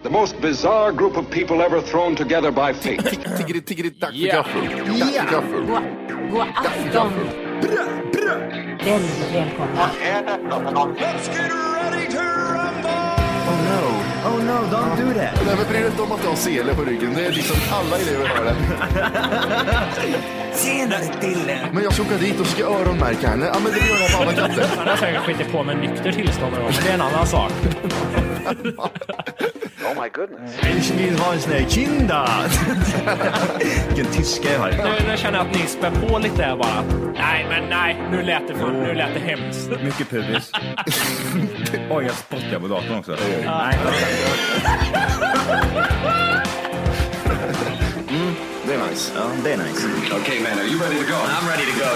The most bizarre group of people ever thrown together by fate. Tiggeri, tiggeri, tack för Ja. gaffel. Tack för gaffel. God, god afton! Väldigt välkomna. Oh Nej men bry dig inte om att jag har sele på ryggen. Det är liksom alla elever har det. Senare killen. Men jag ska åka dit och ska öronmärka henne. Ja men det gör jag på alla katter. Han har säkert skitit på med nykter tillstånd någon gång, men det är en annan sak. Ich vill ha en sån här kinda. Vilken tyska jag har. Nu, nu känner jag att ni spär på lite här bara. Nej, men nej, nu lät det, för, nu lät det hemskt. Mycket pubis. Oj, jag spottar på datorn också. Nej. Det är nice. Ja, det är nice. okay, man, are you ready to go? I'm ready to go.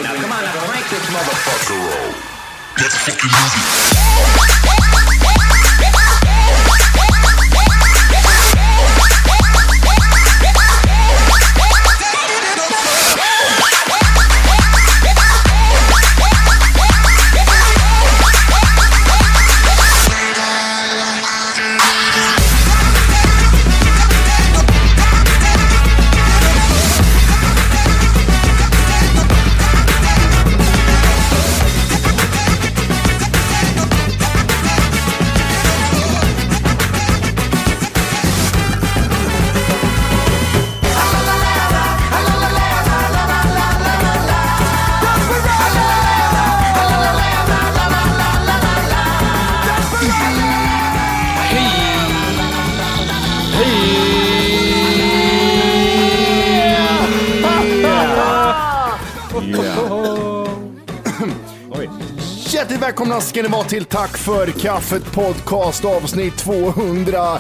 Hjärtligt välkomna ska ni vara till Tack för kaffet podcast avsnitt 200.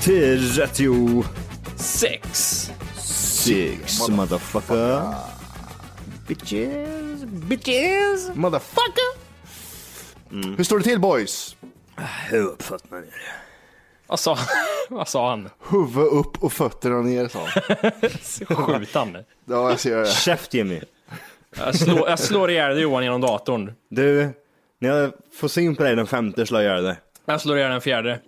36 Sex. motherfucker. Bitches, bitches. Motherfucker. Hur står det till boys? Hur uppfattar man det? Vad sa, vad sa han? Huvud upp och fötterna ner sa han. Skjut han. Ja jag ser det. Käft Jimmy. Jag slår, jag slår ihjäl dig Johan genom datorn. Du, när jag får syn på dig den femte slår jag ihjäl dig. Jag slår ihjäl den fjärde.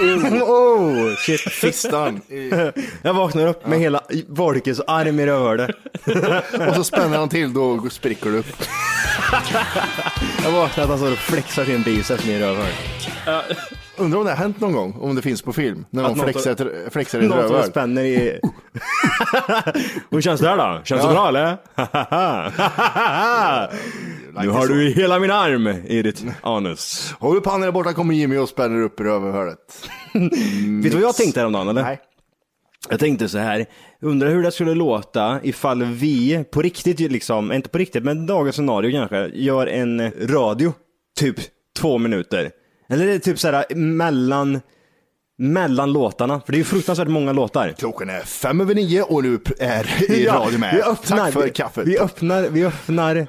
Oh, shit. Mm. Fistan. Jag vaknar upp med hela Volkes arm i rövhålet. Och så spänner han till då spricker du upp. Jag vaknar att han står och flexar sin biceps med i rövhålet. Undrar om det har hänt någon gång, om det finns på film, när Att någon något- flexar, ett- flexar ett Någon som rövhål. spänner i... Oh. Hur känns det här då? Känns det bra eller? nu har du i hela min arm i ditt anus. Håll upp handen där borta kommer Jimmy och spänner upp rövhålet. Vet du vad jag tänkte häromdagen eller? Nej. Jag tänkte så här, undrar hur det skulle låta ifall vi på riktigt, liksom, inte på riktigt, men dagens scenario kanske, gör en radio, typ två minuter. Eller det är typ så här mellan, mellan låtarna, för det är ju fruktansvärt många låtar. Klockan är fem över nio och du är i radio med. vi öppnar, Tack för vi- kaffet. Vi öppnar, vi öppnar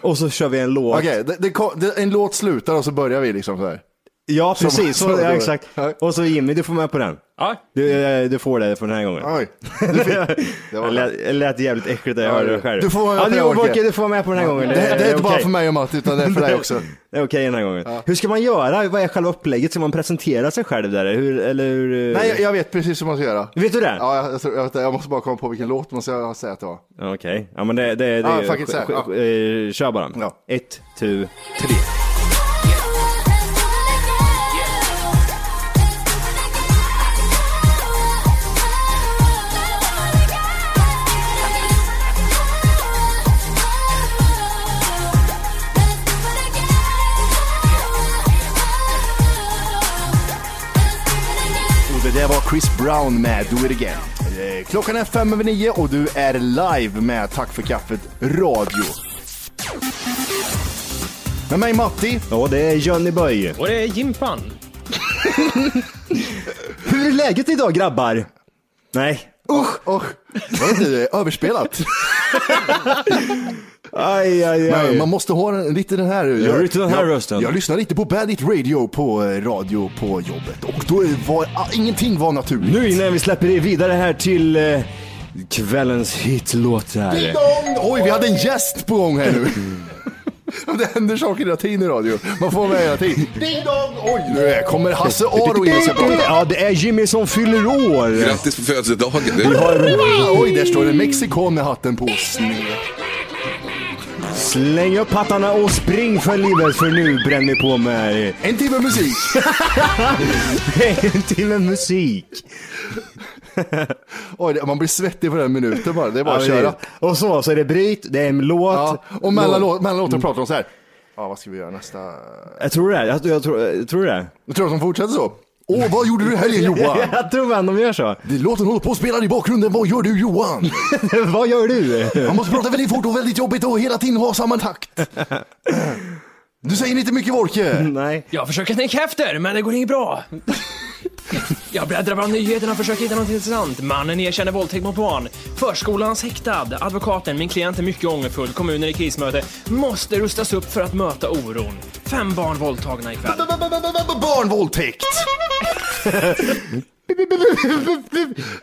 och så kör vi en låt. Okej, det, det, kom- det, en låt slutar och så börjar vi liksom så här. Ja, Som- precis. som- så, ja, exakt. Ja. Och så Jimmy, du får med på den. Ja. Du, eh, du får det för den här gången. Oj, du fick, det, var, Det lät, det lät jävligt äckligt när jag Ja, hörde det- det själv. du får vara med ja, på du, det, Orke. Orke, du får vara med på den här gången. det, det är inte bara okej. för mig och Matt utan det är för dig också. Det är okej den här gången. Hur ska man göra? Vad är själva upplägget? Ska man presentera sig själv där? Hur, eller hur? eh, Nej, jag, jag vet precis hur man ska göra. Vet du det? Ja, jag, jag, tror- jag, vet det. jag måste bara komma på vilken låt man ska säga att det var. Ja, Okej. Ja, men det, det, det Ja, är- fuck it, så här. sk- sk- eh, Kör bara. Ja. Ett, två, Tre. Thank Det var Chris Brown med Do It Again. Eh, Klockan är fem över nio och du är live med Tack för kaffet radio. Med mig Matti. Ja, det är Johnny Boy. Och det är Jimpan. Hur är läget idag grabbar? Nej. Usch, usch. Var det inte överspelat? Aj, aj, Nej, man måste ha den- lite den här. du inte den här jag, rösten? Jag lyssnar lite på Bandit Radio på eh, radio på jobbet och då var ah, ingenting var naturligt. Nu innan vi släpper er vidare här till eh, kvällens hitlåtar. Ding dong! Oj, vi hade en gäst på gång här nu. Det händer saker hela tiden i radio. Man får med hela tiden. Ding dong! Oj, nu är- kommer Hasse Aro in och ska prata. Ja, det är Jimmy som fyller år. Grattis på födelsedagen! Det är- Oj, där står en mexikan med hatten på. Snyggt. Släng upp hattarna och spring för livet för nu bränner vi på med En timme musik. en timme musik. Oj, det- man blir svettig på den minuten bara. Det är bara att Ja, köra. precis. Och så, så är det bryt, det är en låt. Ja, och mellan, lå- mellan låtarna pratar de så här. Ja, vad ska vi göra nästa? Jag tror det, är. jag, jag, tror, jag tror det. är. Jag tror att de fortsätter så. Åh, vad gjorde du i helgen Johan? Jag tror fan de gör så. Det- Låten håller på att spela i bakgrunden. Vad gör du Johan? Vad gör du? Man måste prata väldigt fort och väldigt jobbigt och hela tiden ha samma takt. Du säger inte mycket Wolke. Nej. Jag försöker tänka efter, men det går inget bra. Jag bläddrar bland nyheterna och försöker hitta något intressant. Mannen erkänner våldtäkt mot barn. Förskolans häktad. Advokaten, min klient är mycket ångerfull. Kommunen i krismöte. Måste rustas upp för att möta oron. Fem barn våldtagna ikväll. Barnvåldtäkt.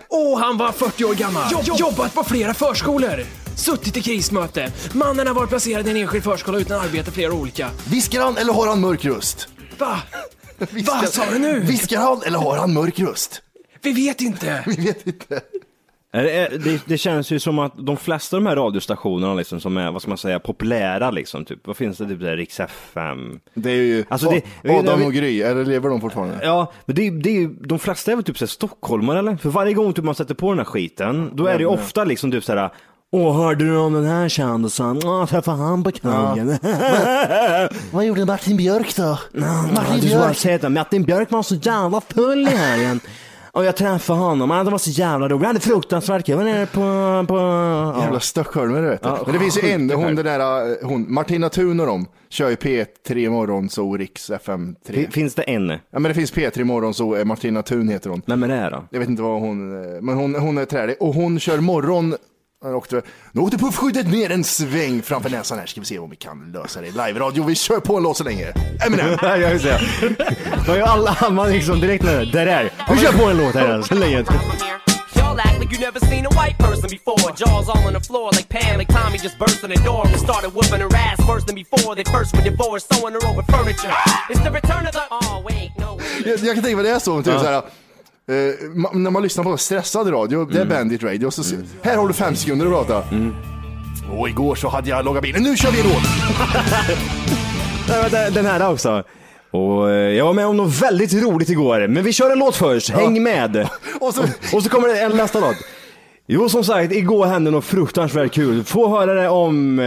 Och han var 40 år gammal. Jobb, jobbat på flera förskolor. Suttit i krismöte. Mannen har varit placerad i en enskild förskola utan arbete flera olika. Viskar han eller har han mörk röst? Va? Viskar- Vad sa du nu? Viskar han eller har han mörk röst? Vi vet inte. Vi vet inte. Det, Eh, det, det känns ju som att de flesta av de här radiostationerna liksom, som är, vad ska man säga, populära liksom, typ, vad finns det, typ där, Rix FM? Det är ju Alltså, det- Adam och Gry, eller lever de fortfarande? Ja, men det, är- det, är ju- de flesta är väl typ såhär stockholmare eller? För varje gång typ man sätter på den här skiten, då är det ju ofta liksom typ såhär Åh, hörde du om den här kändisen? Åh, träffade han på krogen? Vad gjorde Martin Björk då? Martin Du bara Björk. säger det, Martin Björk var så jävla full i helgen. Och jag träffade honom, han var så jävla rolig, han hade fruktansvärt kul. Jag var nere på... på Jävla ja. stockholmare du vet. Ja, Men det finns ju en, sjukt hon hög. den där, eh, hon, Martina Thun och de kör ju P3 Morgonzoo, Riks FM 3. Fin- Finns det en? Nej Ja men det finns P3 Morgonzoo, eh, Martina Thun heter hon. men det är då? Jag vet inte vad hon, eh, men hon, hon är trälig och hon kör morgon. eh, Hon åkte, nu åkte puffskyddet ner en sväng framför näsan här, ska vi se om vi kan lösa det i live-radio. Vi kör på en låt så länge. Eminem. Nej, jag vill säga. Det var ju alla, man liksom direkt när det där. Vi kör på en låt här alltså, så länge. Y'all act like you never seen a white person before. Jaws all on the floor like Pam, like Tommy just burst in the door and started whooping her ass worse than before. They first were divorced, sewing her over furniture. It's the return of the. Oh wait, no. Wait. Jag, jag kan tänka mig det är så, typ så här, eh, ma- när man lyssnar på stressad radio, det är Bandit Radio, så här har du fem sekunder att prata. Och igår så hade jag lagat bilen, nu kör vi en låt! Nej, vänta, den här också. Och eh, jag var med om något väldigt roligt igår, men vi kör en låt först. Häng med! Och så, Och så kommer det en nästa låt. Jo, som sagt, igår hände något fruktansvärt kul. Få höra det om eh,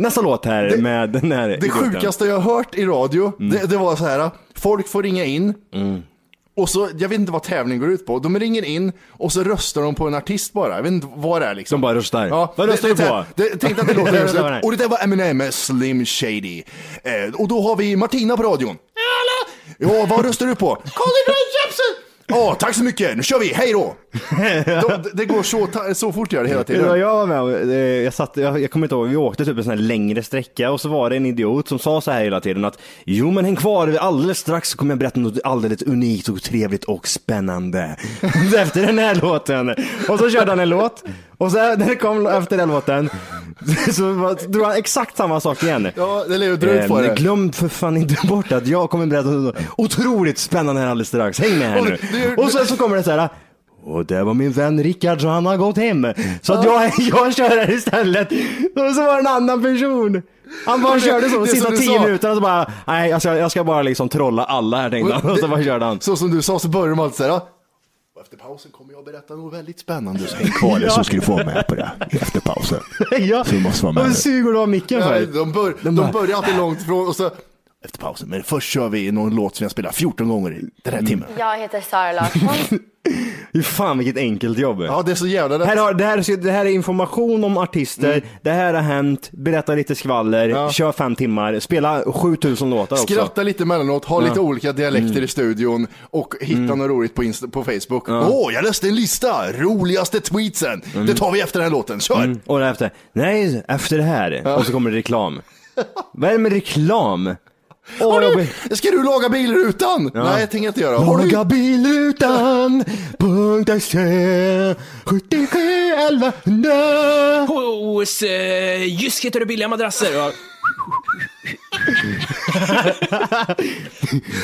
nästa låt här med den här det idioten. Mm. sjukaste jag har hört i radio, det, det var så här, folk får ringa in, och så, jag vet inte vad tävlingen går ut på, de ringer in och så röstar de på en artist bara, jag vet inte vad det är liksom. De bara röstar. Ja, Vad det- röstar det- du på? Det, det, tänkte att det Jag vet inte vad det låter, är. och det där var Eminem med Slim Shady. Eh, och då har vi Martina på radion. Ja, vad röstar du på? Colin Jepsen! Ja, tack så mycket, nu kör vi, hej då! De, det går så, ta- så fort gör det hela Det var tiden. jag var med om, eh, jag, satt, jag, jag kommer inte ihåg, vi åkte typ en sån här längre sträcka och så var det en idiot som sa så här hela tiden att jo men häng kvar, alldeles strax så kommer jag berätta något alldeles unikt och trevligt och spännande. efter den här låten. Och så körde han en låt och så när det kom efter den låten så var- drog han exakt samma sak igen. Ja, det lär ju dra ut på Eh, det. Glöm för fan inte bort att jag kommer berätta något otroligt spännande här alldeles strax. Häng med här Och nu. det- det- Och sen så kommer det så här. Och där var min vän Rickard så han har gått hem. Så att jag, jag kör här istället. Och så var det en annan person. Han bara körde det så är sista som du tio sa. minuterna så bara, nej jag ska, jag ska bara liksom trolla alla här tänkte han. Och så bara körde han. Så som du sa så börjar de alltid "Ah." så här. "Ja, och Efter pausen kommer jag berätta något väldigt spännande. Så häng kvar så ska du få med på det efter pausen. ja. måste vara med Och nu. så suger du av micken Ja, för. de, bör, de, bara- börjar alltid långt ifrån och så efter pausen. Men först kör vi någon låt som jag spelar 14 gånger i den här timmen. Jag heter Sara Larsson. Fy fan vilket enkelt jobb. Ja, det är så jävla rätt. Här har, det, här, det här är information om artister, Mm. det här har hänt, berätta lite skvaller, kör fem timmar, spela 7000 låtar också. Skratta lite emellanåt, ha lite olika dialekter i studion och hitta Mm. något roligt på, Insta, på Facebook. Åh, jag läste en lista! Roligaste tweetsen! Det tar vi efter den här låten, kör! Mm. Och därefter, nej, efter det här. Och så kommer det reklam. Vad är det med reklam? Åh, Har jag du, blir- ska du laga bilrutan? Nej, jag tänker inte göra. Har du, Laga bilutan, punkt se, 77 11 100. Hos eh, Jysk hittar du billiga madrasser. Ja.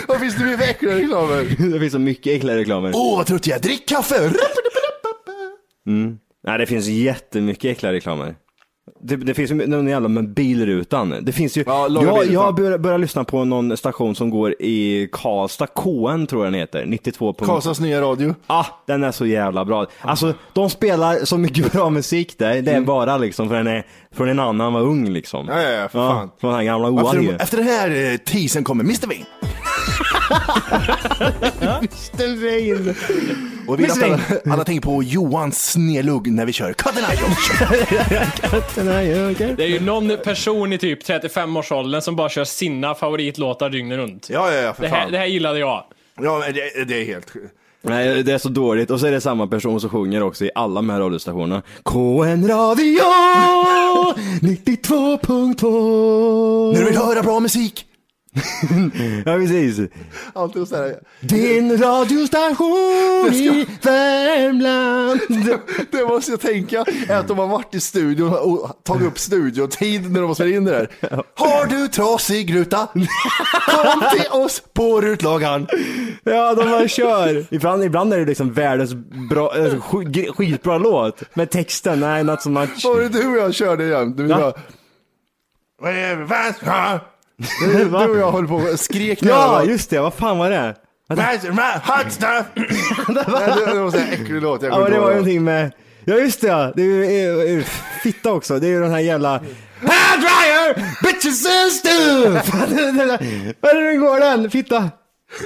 vad finns det mer för äckliga reklamer? Det finns så mycket äckliga reklamer. Åh, vad trött jag är. Drick kaffe! Nej, det finns jättemycket äckliga reklamer. Det, det finns ju någon jävla med bilrutan. Det finns ju, Ja, långa jag, bilrutan. jag börjar, börjar lyssna på någon station som går i Karlstad, KN tror jag den heter, 92. Karlstads nya radio. Ah, den är så jävla bra. Alltså, de spelar så mycket bra musik där. Det är bara liksom för den är, för en annan var ung liksom. Mm. Ja, ja, ja, för fan. Från den här gamla Oa Efter, efter den här eh, teasern kommer Mr. Ving. Efter regn. Och vi vill att Mr. alla, Ving. alla tänker på Johans snedlugg när vi kör Cut and Iron. Det är ju någon person i typ 35-årsåldern som bara kör sina favoritlåtar dygnet runt. Ja, ja, ja, för Det här, fan. det här gillade jag. Ja, men det, det är helt... Nej, det är så dåligt. Och så är det samma person som sjunger också i alla de här radiostationerna. KN Radio 92.2. När du vill höra bra musik. Ja, precis. Alltid och sådär. Din radiostation i Värmland. Det, det måste jag tänka, är att de har varit i studion och tagit upp studiotid när de har spelat in det där. Har du trasig ruta? Kom till oss på rutlagaren. Ja, de bara kör. Ibland, ibland är det liksom världens bra, eh, sk- skitbra låt. Men texten, nej, not so much. Var det du och jag körde igen? Du Ja. ja. bara... Du Va? och jag höll på och skrek Ja, det. just det. Vad fan var det? Hot stuff! Nej, det- Det var så här äcklig låt, jag Ja, men kommer det var ju inte ihåg. någonting med... Ja, just det ja. Det är ju eh, eh, fitta också. Det är ju den här jävla... Hair dryer! Bitches and stuff! Hur går den? Fitta?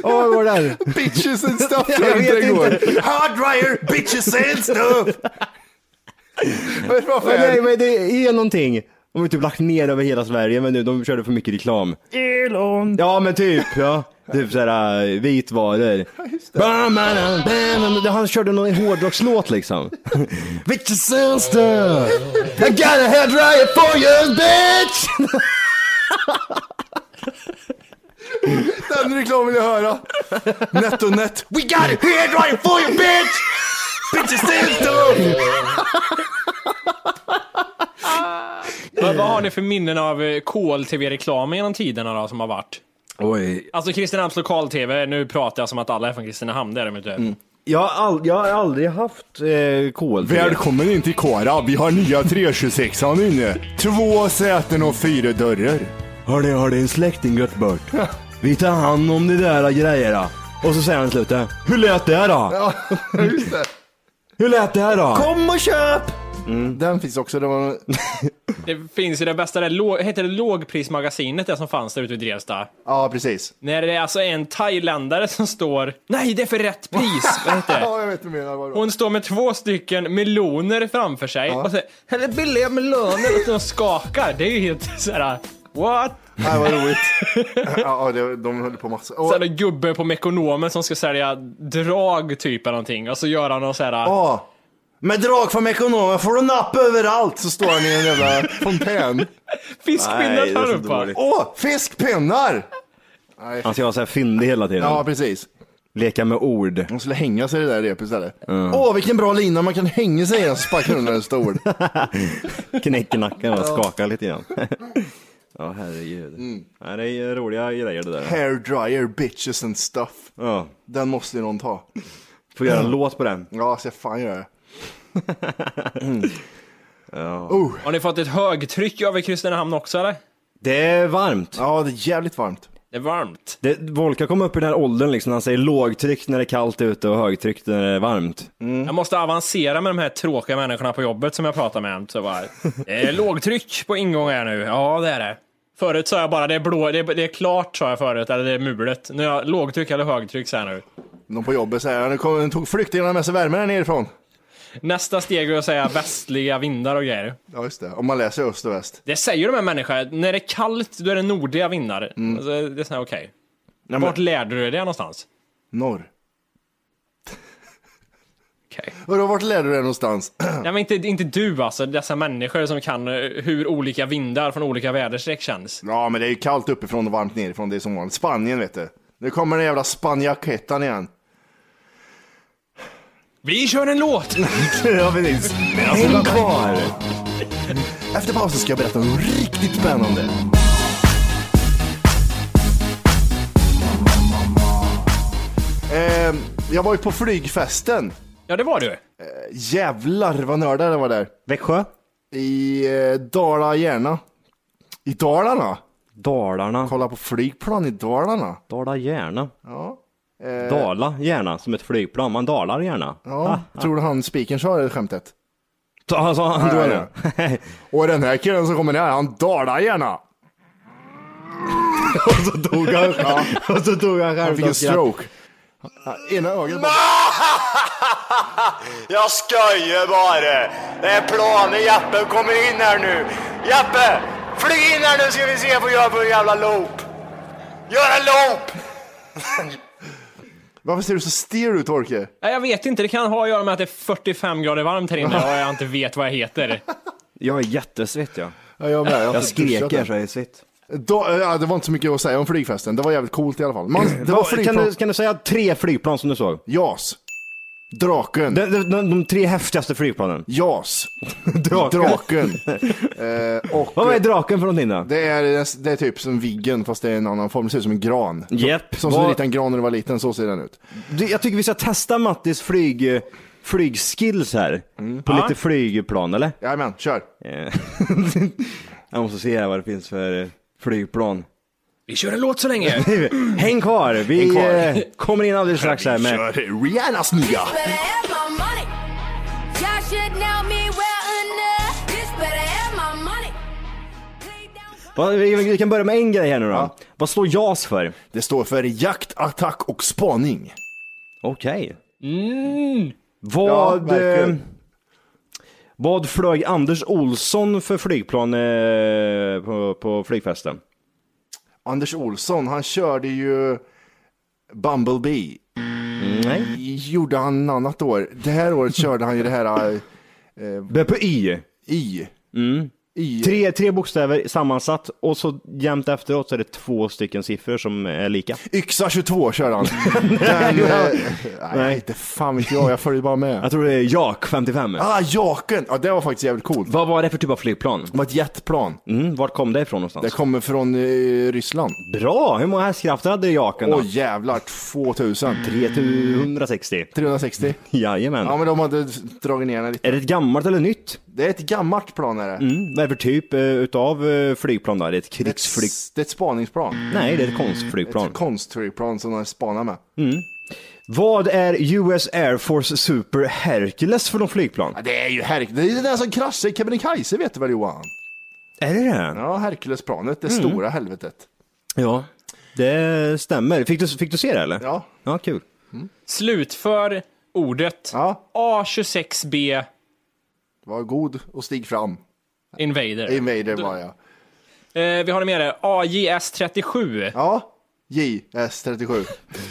Åh, vad går den? Bitches and stuff Jag tror vet inte det går. inte. Hard dryer, bitches and stuff! Men vad Men nej, fan? men det är någonting. De har typ lagt ner över hela Sverige, men nu de körde för mycket reklam. Elon! Ja, men typ. Ja. Typ såhär eh, vitvaror. Bam, bam, bam, bam. Han körde någon hårdrockslåt liksom. Bitches and stuff! I got a hairdryer for you bitch! Den reklamen vill jag höra. Net och net. We got it here right for you bitch! Bitches and stuff! Vad, vad har ni för minnen av eh, KL-TV-reklamen genom tiderna då, som har varit? Oj. Alltså Kristinehamns lokal-TV, nu pratar jag som att alla är från Kristinehamn, det är de inte. Jag har, all, jag har aldrig haft eh, kol. Välkommen in till Kora. Vi har nya 326 an inne. Två säten och fyra dörrar. Har ni, har ni en släkting gått bort? Vi tar hand om de där grejerna. Och så säger han i slutet. Hur lät det då? Ja, just det. Hur lät det då? Kom och köp! Den finns också. Det var... Det finns ju det bästa, det lå- heter det lågprismagasinet det som fanns där ute vid Drevsta? Ja, precis. När det är alltså en thailändare som står, nej det är för rätt pris, vad heter det? Ja, jag vet vad du menar. Vad bra. Hon står med två stycken meloner framför sig och säger, här är billiga meloner och de skakar. Det är ju helt såhär, what? Nej, vad roligt. ja, det, de höll på massor. Och, Sen är det gubben på Mekonomen som ska sälja drag typ eller någonting och så gör han någon så här. ja. Med drag från ekonomen får du napp överallt så står han i en jävla fontän. Nej, det fiskpinnar är tar han så upp va? dåligt. Åh, fiskpinnar! Han ska vara såhär fyndig hela tiden. Ja, precis. Leka med ord. De skulle hänga sig i det där repet istället. Åh, vilken bra lina man kan hänga sig i den så sparkar under en stol. Knäcker nacken och skakar lite grann. Ja, herregud. Mm. Nej, det är ju roliga grejer det där. Hair dryer, bitches and stuff. Ja. Den måste ju någon ta. Får göra Mm. en låt på den. Ja, så jag fan gör det. Har ni fått ett högtryck över Kristinehamn också eller? Det är varmt. Ja, det är jävligt varmt. Det är varmt. Det, Volka kom upp i den här åldern liksom, han säger lågtryck när det är kallt ute och högtryck när det är varmt. Mm. Jag måste avancera med de här tråkiga människorna på jobbet som jag pratar med. Så bara, det är lågtryck på ingång här nu. Ja, det är det. Förut sa jag bara det är blå, det är, det är klart sa jag förut, eller det är mulet. Nu har jag lågtryck eller högtryck så här nu. De på jobbet säger, nu kom, tog flyktingarna med sig värme där nerifrån. Nästa steg är att säga västliga vindar och grejer. Ja, just det. Om man läser öst och väst. Det säger de här människorna, när det är kallt då är det nordliga vindar. Alltså, det är såhär okej. Nej, Vart men, lärde du dig det någonstans? norr. Okej. Vadå, vart lärde du dig någonstans? Nej men inte, inte du alltså, dessa människor som kan eh, hur olika vindar från olika väderstreck känns. ja, men det är ju kallt uppifrån och varmt nerifrån. Det är som vanligt. Spanien, vet du. Nu kommer den jävla spanjakettan igen. Vi kör en låt! ja, precis. Häng kvar! Efter pausen ska jag berätta något riktigt spännande. Eh, jag var ju på flygfesten. Ja det var du. Jävlar vad nördar det var där. Växjö? I eh, Dala-Järna. I Dalarna. Dalarna. Kolla på flygplan i Dalarna. Dala gärna. Ja. Dala gärna, som ett flygplan. Man dalar gärna. ja. Tror du han spikern sa det skämtet? Så han sa han Ja, då ja, det. Och den här killen som kommer här, han dalar gärna. Och så tog han Ja. Och så tog han Han själv fick en stroke. Ja, Ena ögat bara. Jag skojar bara. Det är planen. Jeppe kommer in här nu. Jeppe, flyg in här nu ska vi se vad jag gör för jävla loop. Gör en loop! Varför ser du så stel ut Torke? Nej jag vet inte, det kan ha att göra med att det är 45 grader varmt här inne och jag inte vet vad jag heter. Jag är jättesvett jag. Ja, jag med. Jag, Jag skrek jag skrek så jag är svett. då, eh, ja, Det var inte så mycket att säga om flygfesten. Det var jävligt coolt i alla fall. Man, det var Vad- kan, flygplan. du, kan du säga tre flygplan som du såg? JAS. Draken. De, de, de, de tre häftigaste flygplanen. JAS. Draken. Draken. eh, och, Vad är draken för någonting då? Det är, det är typ som Viggen fast det är en annan form. Det ser ut som en gran. Japp. Som så Vad- liten gran när du var liten, så ser den ut. Du, Jag tycker vi ska testa Mattis flyg, eh, flygskills här. På lite flygplan eller? Jajamän, kör. Eh, jag måste se här vad det finns för eh, flygplan. Vi kör en låt så länge. Häng kvar! Vi Häng kvar. eh, kommer in alldeles strax här med Kör Rihannas nya. better have my money. Y'all should know me well enough. This better have my money. Play Va, down. Vi vi kan börja med en grej här nu då. Ja. Vad står JAS för? Det står för jakt, attack och spaning. Okej. Ja, Vad, verkligen. eh, vad flög Anders Olsson för flygplan eh, på, på flygfesten? Anders Olsson, han körde ju Bumblebee. Nej. Gjorde han något annat år? Det här året körde han ju det här eh, Börjar på I. i. I. Tre, tre bokstäver sammansatt och så jämt efteråt så är det två stycken siffror som är lika. Yxa 22 körde han. Den, eh, nej, inte fan vet jag, jag följde bara Jag med. tror det är Jak 55. Ah, Jaken! Ja, det var faktiskt jävligt coolt. Vad var det för typ av flygplan? Det var ett jetplan. Mm, vart kom det ifrån någonstans? Det kommer från eh, Ryssland. Bra! Hur många hästkrafter hade Jaken Åh då? jävlar, 2000. 360. 360. Jajamän. Ja men de hade dragit ner den lite. Är det ett gammalt eller nytt? Det är ett gammalt plan är det. Mm, vad är det för typ eh, utav eh, flygplan då? Är det ett Det är ett, krigsflyg... s- det är ett spaningsplan. Nej, det är ett Ett konstflygplan. konstflygplan som de spanar med. Vad är US Air Force Super Hercules för någon flygplan? Ja, det är ju Herkules. Det är ju den som kraschade i Kebnekaise vet du väl Johan? Är det det? Ja, Herkulesplanet, det stora helvetet. Ja. Det stämmer. Fick du, fick du se det eller? Ja. Ja, kul. Slutför ordet Ja. A26B Var god och stig fram. Invader. Invader var jag. Eh, vi har det med det. AJS37 Ja, JS37.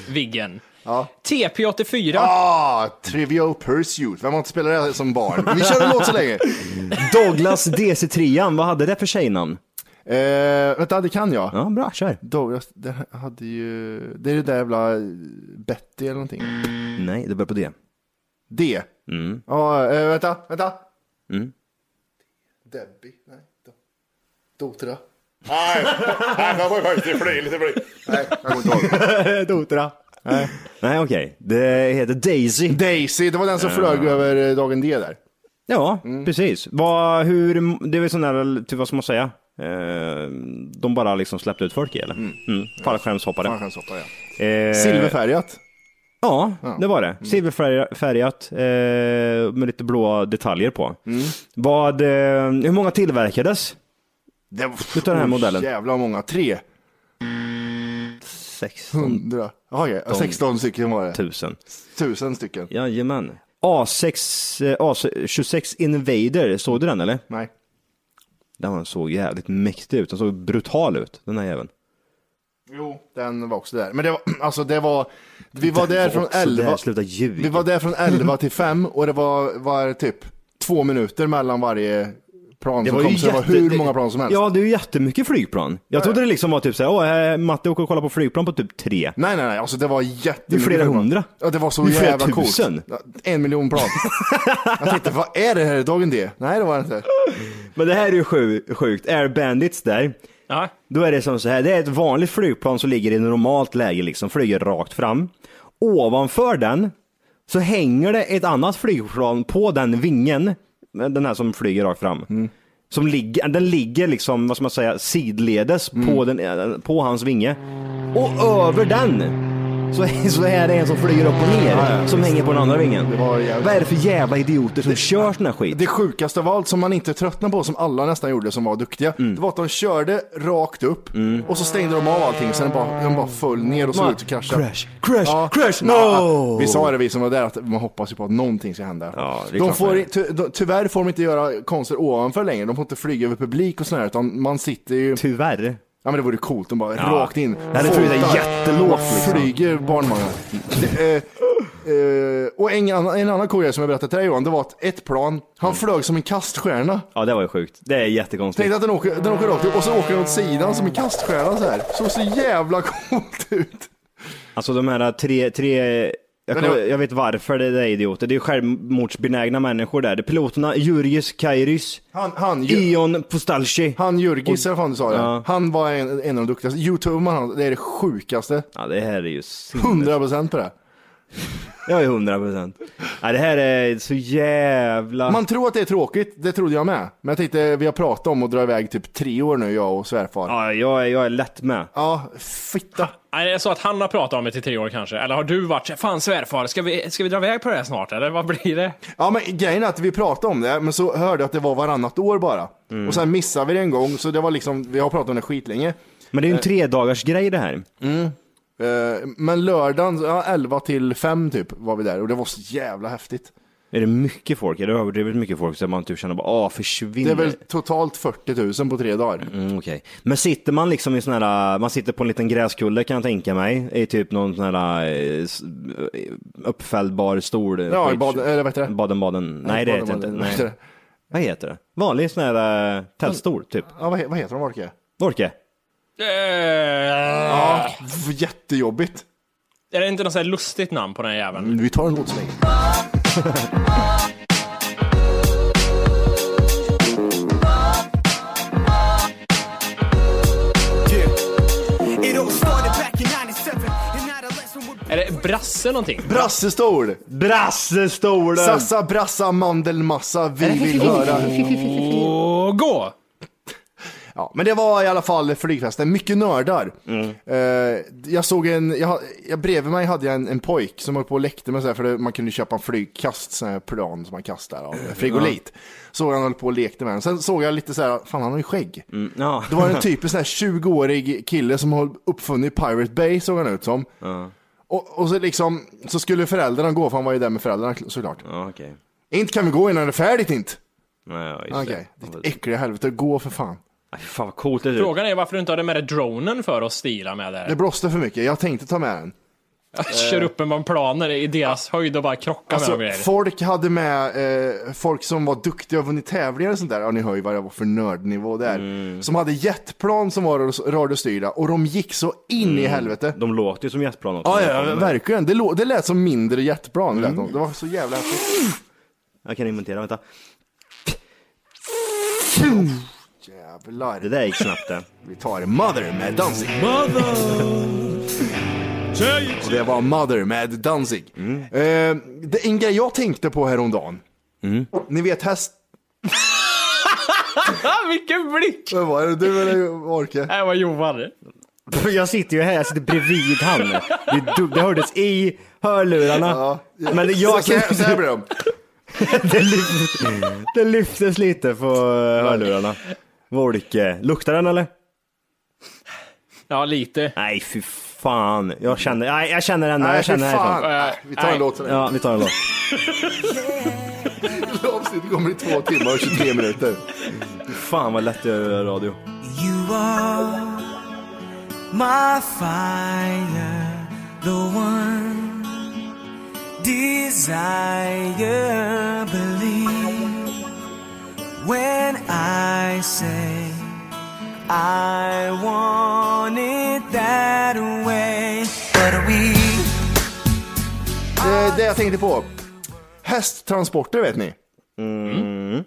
Viggen. Ja. TP84. Ah, Trivial Pursuit. Vem har inte spelat det här som barn? Vi kör en låt så länge. Douglas DC-3, vad hade det för tjejnamn? Eh, vänta, det kan jag. Ja, bra, kör. Douglas, det här hade ju... Det är det där jävla Betty eller någonting. Mm. Nej, det börjar på det. D. Mm. Ja, eh, vänta, vänta. Debbie, nej. Do- Dotra. Nej, jag får faktiskt fly lite fly. Nej, jag kommer inte ihåg. Dotra. Nej, okej. Det heter Daisy. Daisy, det var den som flög över eh, dagen D där. Ja, Mm. precis. Vad, hur, det är väl sån där, typ vad ska man säga? Eh, de bara liksom släppte ut folk i eller? Mm. Fallskärmshoppare. Fallskärmshoppare, ja. Eh, Silverfärgat. Mm. Ja, det var det. Silverfärgat eh, Mm. med lite blåa detaljer på. Vad, eh, hur många tillverkades? Det var... Vi tar den här Oj, modellen. Jävlar vad många. Tre. 16 Hundra. Jaha, ja. 16 stycken var det. 000. Tusen stycken. Jajamän. A6, eh, A26 Invader, såg du den eller? Nej. Den såg jävligt mäktig ut, den såg brutal ut, den här jäveln. Jo, den var också där. Men det var, alltså det var, vi var där från också där, 11. sluta ljuga. Vi var där från 11 till 5 och det var, var typ två minuter mellan varje plan som kom. Så det var hur många plan som helst. Ja, det är ju jättemycket flygplan. Jag trodde det liksom var typ såhär, åh, eh, Matte åker och kollar på flygplan på typ tre. Nej, nej, nej, alltså det var jättemycket. Det är flera flygplan. hundra. Ja, det var så Det är flera jävla coolt. tusen. Ja, En miljon plan. Jag tänkte, vad är det här? Dagen D? Nej, det var det inte. Men det här är ju sju- sjukt, Air Bandits där. Ja. Då är det som så här, det är ett vanligt flygplan som ligger i normalt läge liksom, flyger rakt fram. Ovanför den så hänger det ett annat flygplan på den vingen, den här som flyger rakt fram. Mm. Som ligger, den ligger liksom, vad ska man säga, sidledes på, Mm. den, eh, på hans vinge. Och över den så, så är det en som flyger upp och ner som hänger på den andra vingen. var jävligt- Vad är det för jävla idioter som kör sån här skit? Det sjukaste av allt som man inte tröttnade på, som alla nästan gjorde som var duktiga, Mm. det var att de körde rakt upp och så stängde de av allting. Sen bara, de bara föll ner och såg ut att krascha. Crash, crash, crash, no! Ja, Vi sa det vi som var där, att man hoppas ju på att någonting ska hända. Ja, det är de klart får, det. i- ty, de, tyvärr får de inte göra konster ovanför längre, de får inte flyga över publik och sådär, utan man sitter ju... Tyvärr. Ja men det vore coolt, de bara rakt in. Det hade flugit Voltar. jättelågt, liksom. Flyger barnvagnar. Det, eh, eh, och en, annan- en annan cool grej som jag berättade till dig Johan, det var att ett plan, Mm. han flög som en kaststjärna. Ja, det var ju sjukt. Det är jättekonstigt. Tänkte att den åker, den åker rakt upp och så åker den åt sidan som en kaststjärna så här. Såg så jävla coolt ut. Alltså de här tre, tre jag, Men kommer- det var- jag vet varför det där är idioter. Det är självmordsbenägna människor där. Det är piloterna Jurgis Kairis, Han, han, ju, Ion Postalci. han Jurgis eller vad fan du sa det. Ja. Han var en, en av de duktigaste. Youtube han, det är det sjukaste. Ja, det här är ju sinnes. 100% på det. Jag är hundra procent. Ja, det här är så jävla... Man tror att det är tråkigt, det trodde jag med. Men jag tänkte, vi har pratat om att dra iväg typ tre år nu jag och svärfar. Ja, jag, är- jag är lätt med. Ja, fitta. Nej, det är så att han har pratat om det i tre år kanske? Eller har du varit så här, fan svärfar, ska vi, ska vi dra iväg på det här snart eller vad blir det? Ja men grejen är att vi pratade om det, men så hörde jag att det var varannat år bara. Mm. Och sen missade vi det en gång, så det var liksom, vi har pratat om det skitlänge. Men det är ju en tredagars grej det här. Eh, Men lördagen, ja, 11 till 5 typ var vi där och det var så jävla häftigt. Är det mycket folk? Är det överdrivet mycket folk så man typ känner bara, ah, försvinn. Det är väl totalt 40 000 på tre dagar. Mm, okej. Men sitter man liksom i sån här, man sitter på en liten gräskulle kan jag tänka mig, i typ någon sån här eh, s- uppfällbar stol. Ja, i skit- baden, eller vad heter det? Baden, baden. Nej, det heter Baden- Vad inte. heter Nej. det? Vad heter det? Vanlig sån här eh, tältstol, typ. Ja, vad, he- vad heter de, Volke? Volke? Eh, V- Jättejobbigt. Är det inte något så här lustigt namn på den här jäveln? Vi tar en låt så länge. It all started back in 97 and adolescent would Är det Brasse någonting? Brassestol! Brassestolen! Sassa, brassa, mandelmassa, vi vill höra. Och gå! Ja, men det var i alla fall flygfesten, mycket nördar. Eh, jag såg en, jag, ha- jag, bredvid mig hade jag en, en pojk som höll på och lekte med så här, för det, man kunde köpa en flygkast, sån här plan som man kastar av frigolit. Såg han höll på och lekte med den. Sen såg jag lite så här, fan han har ju skägg. Ja. Det var en typisk sån här 20-årig kille som har uppfunnit Pirate Bay såg han ut som. Och, och så liksom, så skulle föräldrarna gå, för han var ju där med föräldrarna såklart. Ja, okej. Inte kan vi gå innan det är färdigt inte. Nej, ja, just Okej, det. ditt äckliga helvete, gå för fan. Aj, fan vad coolt det är. Frågan är varför du inte hade med dig dronen för att stila med Det där. blåste för mycket, jag tänkte ta med den. Kör upp en planer i deras höjd och bara krocka med dem Alltså, grejer. folk hade med eh, folk som var duktiga och vunnit tävlingar och sånt där. Ja, ni hör ju vad det var för nördnivå där. Som hade jetplan som var radiostyrda och de gick så in i helvete. De låter ju som jetplan också. Mm. Ja, ja, Mm. verkligen. Det, lå- det lät som mindre jetplan. Lät de. Det var så jävla häftigt. Jag kan inventera, vänta. Jävlar. Det där gick snabbt det. Vi tar Mother med Danzig. Och det var Mother med Danzig. Eh, det en grej jag tänkte på häromdagen. Ni vet häst... Vilken blick! Vad var det? Du eller Orke? Det var Johan. Jag sitter ju här, jag sitter bredvid han. Det, du- det hördes i hörlurarna. Men jag så, så, så här blir de. det, lyftes, det lyftes lite på hörlurarna. Volke. Luktar den eller? Ja, lite. Nej, fy fan. Jag känner, nej, jag känner den. Nej, jag känner fy den fan. härifrån. Eh, Nej, vi tar Nej. en låt sen. Ja, vi tar en låt. Avsnittet kommer i två timmar och 23 minuter. Fan vad lätt jag gör radio. You are my fire, the one desire. Believe when I say I want it that way. But we Det, det jag tänkte på. Hästtransporter vet ni. Mm.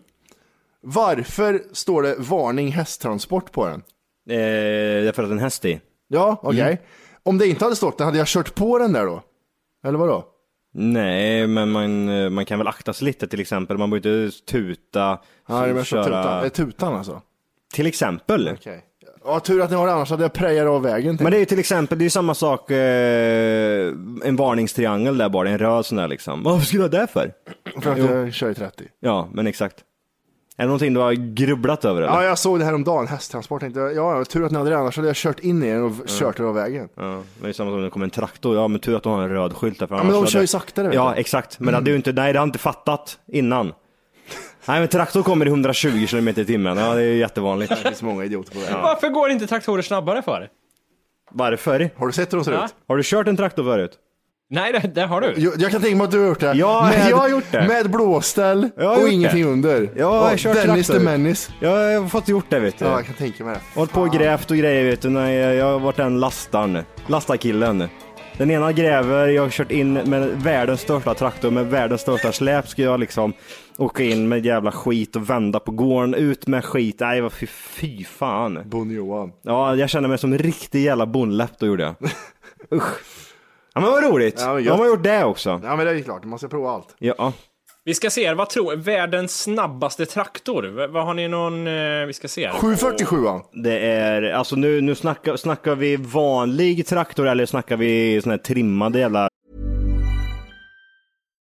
Varför står det varning hästtransport på den? Eh, det är för att en häst är i. Ja, okej. Om det inte hade stått det, hade jag kört på den där då? Eller vadå? Nej, men man, eh, man kan väl akta sig lite till exempel. Man behöver inte tuta. Ja, det var så tutan. Eh, tutan alltså. Till exempel. Okej. Ja, tur att ni har det, annars hade jag prejat av vägen. Men det är ju till exempel, det är ju samma sak, eh, en varningstriangel där bara, en röd sån där liksom. Varför skulle jag ha det för? För att jag kör i 30. Ja, men exakt. Är det någonting du har grubblat över eller? Ja, jag såg det här om dagen, hästtransport. Tänkte, jag, ja, tur att ni hade det, annars hade jag kört in i den och kört er av vägen. Ja, det är ju samma som när det kommer en traktor, ja men tur att du har en röd skylt där för men de annars kör hade- ju saktare, vet Ja du. exakt, men det är ju inte, nej det har jag inte fattat innan. Nej men traktor kommer i 120 km i timmen, ja det är ju jättevanligt. Det finns många idioter på vägen. Varför går inte traktorer snabbare för? Varför? Har du sett hur de ser Ja. ut? Har du kört en traktor förut? Nej, det, det har du. Jag, jag kan tänka mig att du har gjort det. Ja, med, jag har gjort det. Med blåställ Jag har och gjort ingenting det. under. Ja, jag har Och kört Dennis the traktor. Menace. Jag har fått gjort det vet du. Ja, jag kan tänka mig det. Hållit på och grävt och grejer vet du, nej, jag har varit den lastaren, lastarkillen. Den ena gräver, jag har kört in med världens största traktor, med världens största släp ska jag liksom åka in med jävla skit och vända på gården, ut med skit, nej vad fy, fy fan. Bonnie Johan. Ja, jag kände mig som en riktig jävla bonnläpp då gjorde jag. Usch. Ja men vad roligt, Ja, men de gött. har gjort det också. Ja, men det är ju klart, man ska prova allt. Ja, Vi ska se, vad tror Världens snabbaste traktor? V- Vad har ni någon... Eh, vi ska se. här. 747 an det är, alltså nu, nu snackar, snackar vi vanlig traktor eller snackar vi sån här trimmade jävla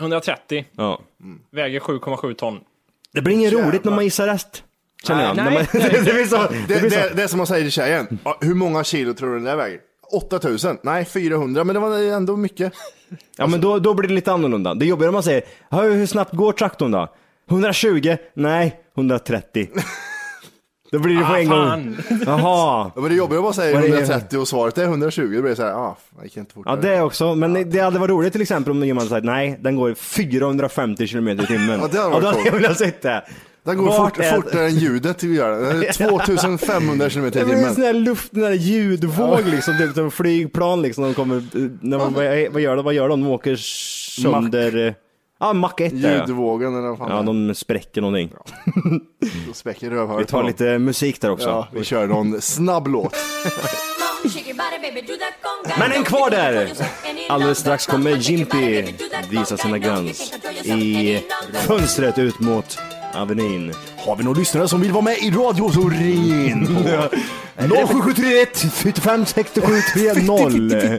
130, Ja. väger 7,7 ton. Det blir inget roligt när man gissar rätt. Känner jag. Nej, När man, nej. det blir så, Det, det det, blir så. det, är som man säger till tjejen. Ja, Hur många kilo tror du den där väger? 8000? Nej, 400, men det var ändå mycket. Ja, men då, då blir det lite annorlunda. Det är jobbigare om man säger, "Ja, hur snabbt går traktorn då? 120? Nej, 130. Då blir det på Ah, en fan. gång. Jaha. Ja, men det jobbiga är bara att säga Vad är det? 130 och svaret är 120. Då blir det så här, ah, fan, det gick inte fortare. Ja, det också. Men det hade varit roligt till exempel om man hade sagt, nej, den går 450 km i timmen. Ja, det hade varit ja, då hade coolt. jag velat sett det. Den går Vart fort, är- fortare än ljudet. vi gör det. Det är 2500 km i Det blir en sån timmen. här luft, den här ljudvåg liksom, typ som flygplan liksom, de kommer, när man, vad, vad gör de, vad gör de, de åker sönder, eh, ja Mac 1 där, ja. Ljudvågen eller vad fan ja det de spräcker någonting. är. Då späcker rövhålet Vi på tar dem. lite musik där också. Ja, vi kör någon snabb låt. Men en kvar där! Alldeles strax kommer Jimpy visa sina guns i fönstret ut mot Avenyn. Har vi några lyssnare som vill vara med i radio så ring in Mm. på 07731 45 67 30.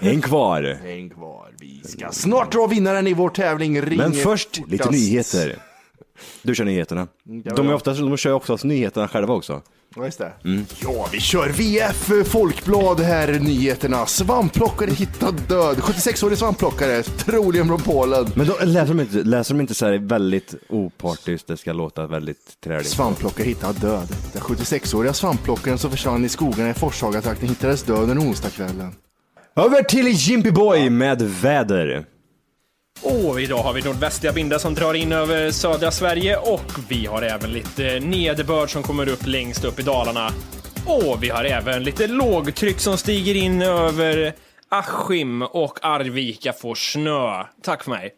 En kvar. Tänk var vi ska snart dra vinnaren i vår tävling. Ring Men först fortast. lite nyheter. Du kör nyheterna. ja, De, är ja. oftast, de kör oftast nyheterna själva också. Ja, just det. Mm. Ja, vi kör VF Folkblad här, nyheterna. Svampplockare hittad död. 76-årig svampplockare, troligen från Polen. Men då, läser, de inte, läser de inte så här väldigt opartiskt, det ska låta väldigt träligt. Svampplockare hittad död. Den 76-åriga svampplockaren som försvann i skogarna i Forshagatrakten hittades död den onsdagskvällen. Över till Jimpyboy med väder. Och idag har vi nordvästliga vindar som drar in över södra Sverige och vi har även lite nederbörd som kommer upp längst upp i Dalarna. Och vi har även lite lågtryck som stiger in över Askim och Arvika får snö. Tack för mig.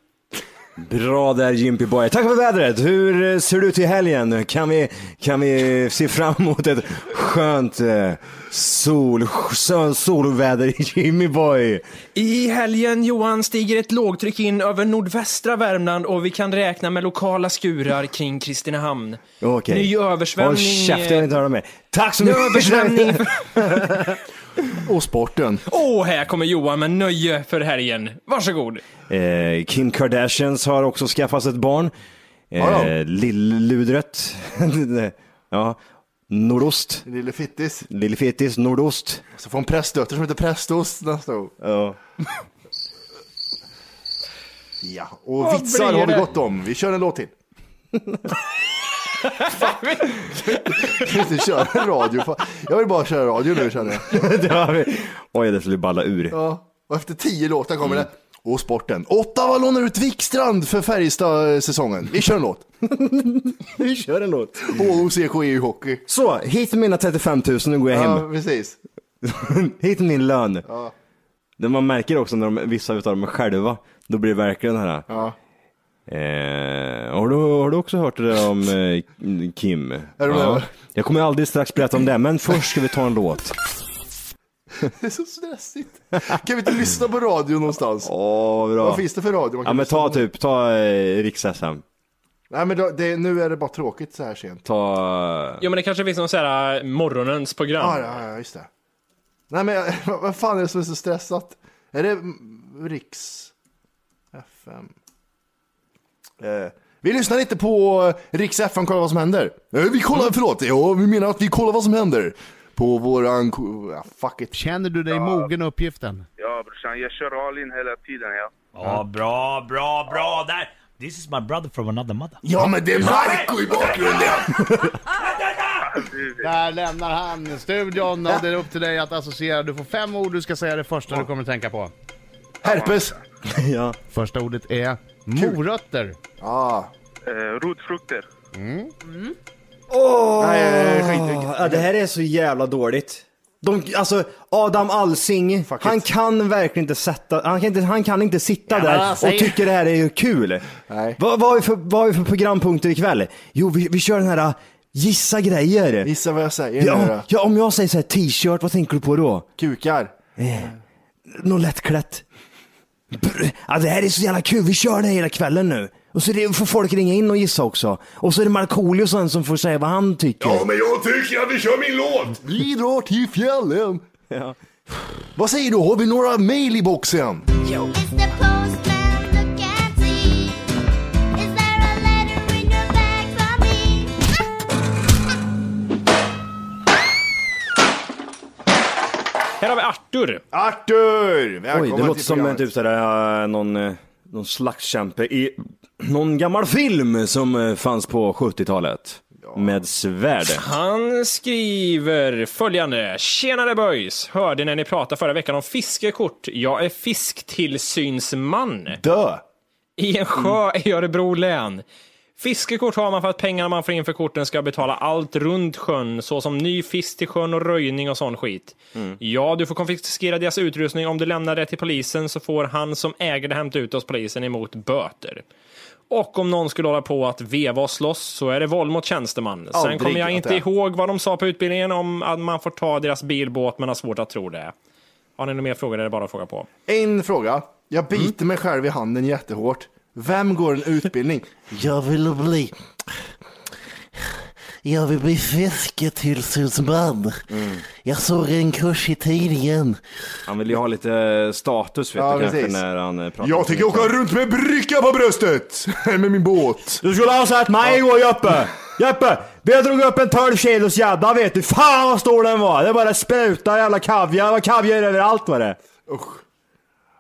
Bra där Jimpyboy. Tack för vädret. Hur eh, ser det ut i helgen? Kan vi, kan vi se fram emot ett skönt eh, sol, sol, solväder Jimmyboy? I helgen Johan stiger ett lågtryck in över nordvästra Värmland och vi kan räkna med lokala skurar kring Kristinehamn. Okej. Ny översvämning. Håll käften, jag vill inte höra mer. Tack så Nu mycket. översvämning. Och sporten. Åh, här kommer Johan med nöje för helgen. Varsågod. Eh, Kim Kardashians har också skaffat sig ett barn. Har Eh, Lill-ludret. ja. Nordost. Lille Fittis. Lille Fittis, nordost. Så får en prästdotter som heter Prästost nästa år. Ja. Ja, och Vad vitsar blir har vi det? gott om. Vi kör en låt till. Kan vi inte köra en radio? Fan, Jag vill bara köra radio nu känner jag. det har vi. Oj, det skulle balla ur. Ja, och efter tio låtar kommer det. Och sporten. Ottawa lånar ut Wikstrand för Färjestad-säsongen. Vi kör en låt. E Vi kör en låt. HOCK i hockey. Så, hit mina 35 000 nu går jag Ja, hem. precis. hit min lön. Ja. Det man märker också när de, vissa utav dem är själva, då blir det verkligen den här. Ja. Eh, har, du, har du också hört det där om eh, Kim? du med? Jag kommer alldeles strax berätta om det, men först ska vi ta en låt. Det är så stressigt. Kan vi inte lyssna på radio någonstans? Åh, vad bra. Vad finns det för radio? Man Ja kan men lyssna ta på? typ, ta eh, riks SM. Nej, men då, det, nu är det bara tråkigt så här sent. Ta... Jo men det kanske finns någon sån här äh, morgonens program. Ja, ja, ja, just det. Nej, men jag- vad fan är det som är så stressat? Är det mm, Riks... FM? Eh, vi lyssnar inte på eh, Riks FM, kolla vad som händer. Eh, vi kollar, förlåt, ja, vi menar att vi kollar vad som händer. På våran... ko- Ja, fuck it. Känner du dig mogen uppgiften? Ja brorsan, jag kör all in hela tiden ja. Ja, bra, bra, bra där! This is my brother from another mother. Ja, men det är Marco i bakgrunden! Där lämnar han studion och det är upp till dig att associera. Du får fem ord, du ska säga det första du kommer att tänka på. Herpes! ja. Första ordet är morötter. Ja. Eh, rotfrukter. Mm. Åh! Nej, nej, nej, skit. Ah. ja, det här är så jävla dåligt. De, alltså Adam Alsing, han kan verkligen inte sätta, han kan inte, han kan inte sitta Ja, men där han och alltså, säger- tycka det här är ju kul. Vad, vad, har vi för, vad har vi för programpunkter ikväll? Jo, vi, vi kör den här äh, gissa grejer. Gissa vad jag säger nu ja, då. ja, om jag säger så här t-shirt, vad tänker du på då? Kukar. Eh, något lättklätt. Brr, Ja, det här är så jävla kul, vi kör det här hela kvällen nu. Och så är det, får folk ringa in och gissa också. Och så är det Markoolio sen som får säga vad han tycker. jag tycker att vi kör min låt! Vi drar till fjällen! Vad säger du, har vi några mail i boxen? Här har vi Artur. Artur! Oj, det låter som en typ sådär, äh, någon, eh, någon slagskämpe i någon gammal film som eh, fanns på 70-talet. Med svärd. Han skriver följande. Tjenare boys! Hörde när ni pratade förra veckan om fiskekort. Jag är fisktillsynsman. Dö! I Mm. en sjö i Örebro län. Fiskekort har man för att pengarna man får in för korten ska betala allt runt sjön, såsom ny fisk till sjön och röjning och sån skit. Mm. Ja, du får konfiskera deras utrustning. Om du lämnar det till polisen så får han som äger det hämta ut oss polisen emot böter. Och om någon skulle hålla på att veva och slåss så är det våld mot tjänsteman. Sen Aldrig kommer jag att inte det är. ihåg vad de sa på utbildningen om att man får ta deras bilbåt men har svårt att tro det. Har ni några mer frågor är det bara att fråga på. En fråga. Jag biter mig själv i handen jättehårt. Vem går en utbildning? Jag vill bli... Jag vill bli fisketilsynsman. Mm. Jag såg en kurs i tidningen. Han vill ju ha lite eh, status vet Ja, du kanske precis. när han eh, pratar. Jag tänker åka runt med bricka på bröstet! Med min båt. Du skulle ha sett mig igår Jeppe! Jeppe! Vi drog upp en 12 kilos gädda vet du. Fan vad stor den var! Det bara spruta jävla kaviar. Det var kaviar överallt var det. Usch.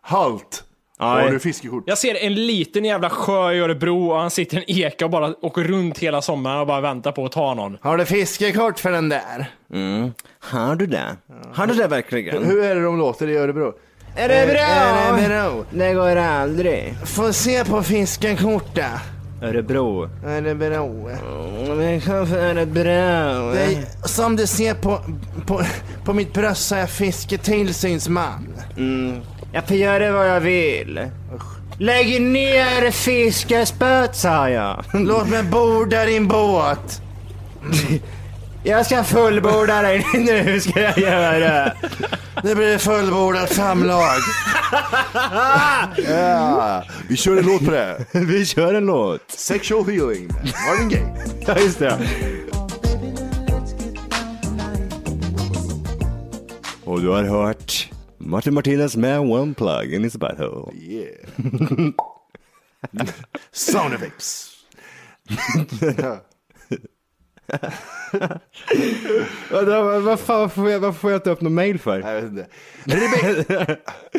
Halt. Aj. Har du fiskekort? Jag ser en liten jävla sjö i Örebro och han sitter i en eka och bara åker runt hela sommaren och bara väntar på att ta någon. Har du fiskekort för den där? Mm. Har du det? Har du det Mm. verkligen? Hur är det de låter i Örebro? Är Eh, det bra? Är det bra? Det går aldrig. Få se på fiskekortet. Örebro. Är det bra? Men kanske är Mm, det bra. Det är, som du ser på, på, på mitt bröst så är jag fisketillsynsman. Mm. Jag får göra vad jag vill. Lägg ner fiskespöet sa jag. Låt mig borda din båt. Jag ska fullborda dig nu ska jag göra. Nu blir det fullbordat samlag. Ja. Vi kör en låt på det. Vi kör en låt. Sexual healing. Marvin Gaye. Ja just det. Och du har hört Martin Martinez med One Plug in his butthole. Yeah. Sound effects. Vadå, vad, vad fan varför får, jag, varför får jag inte upp någon mail för? Jag vet inte. Rebe-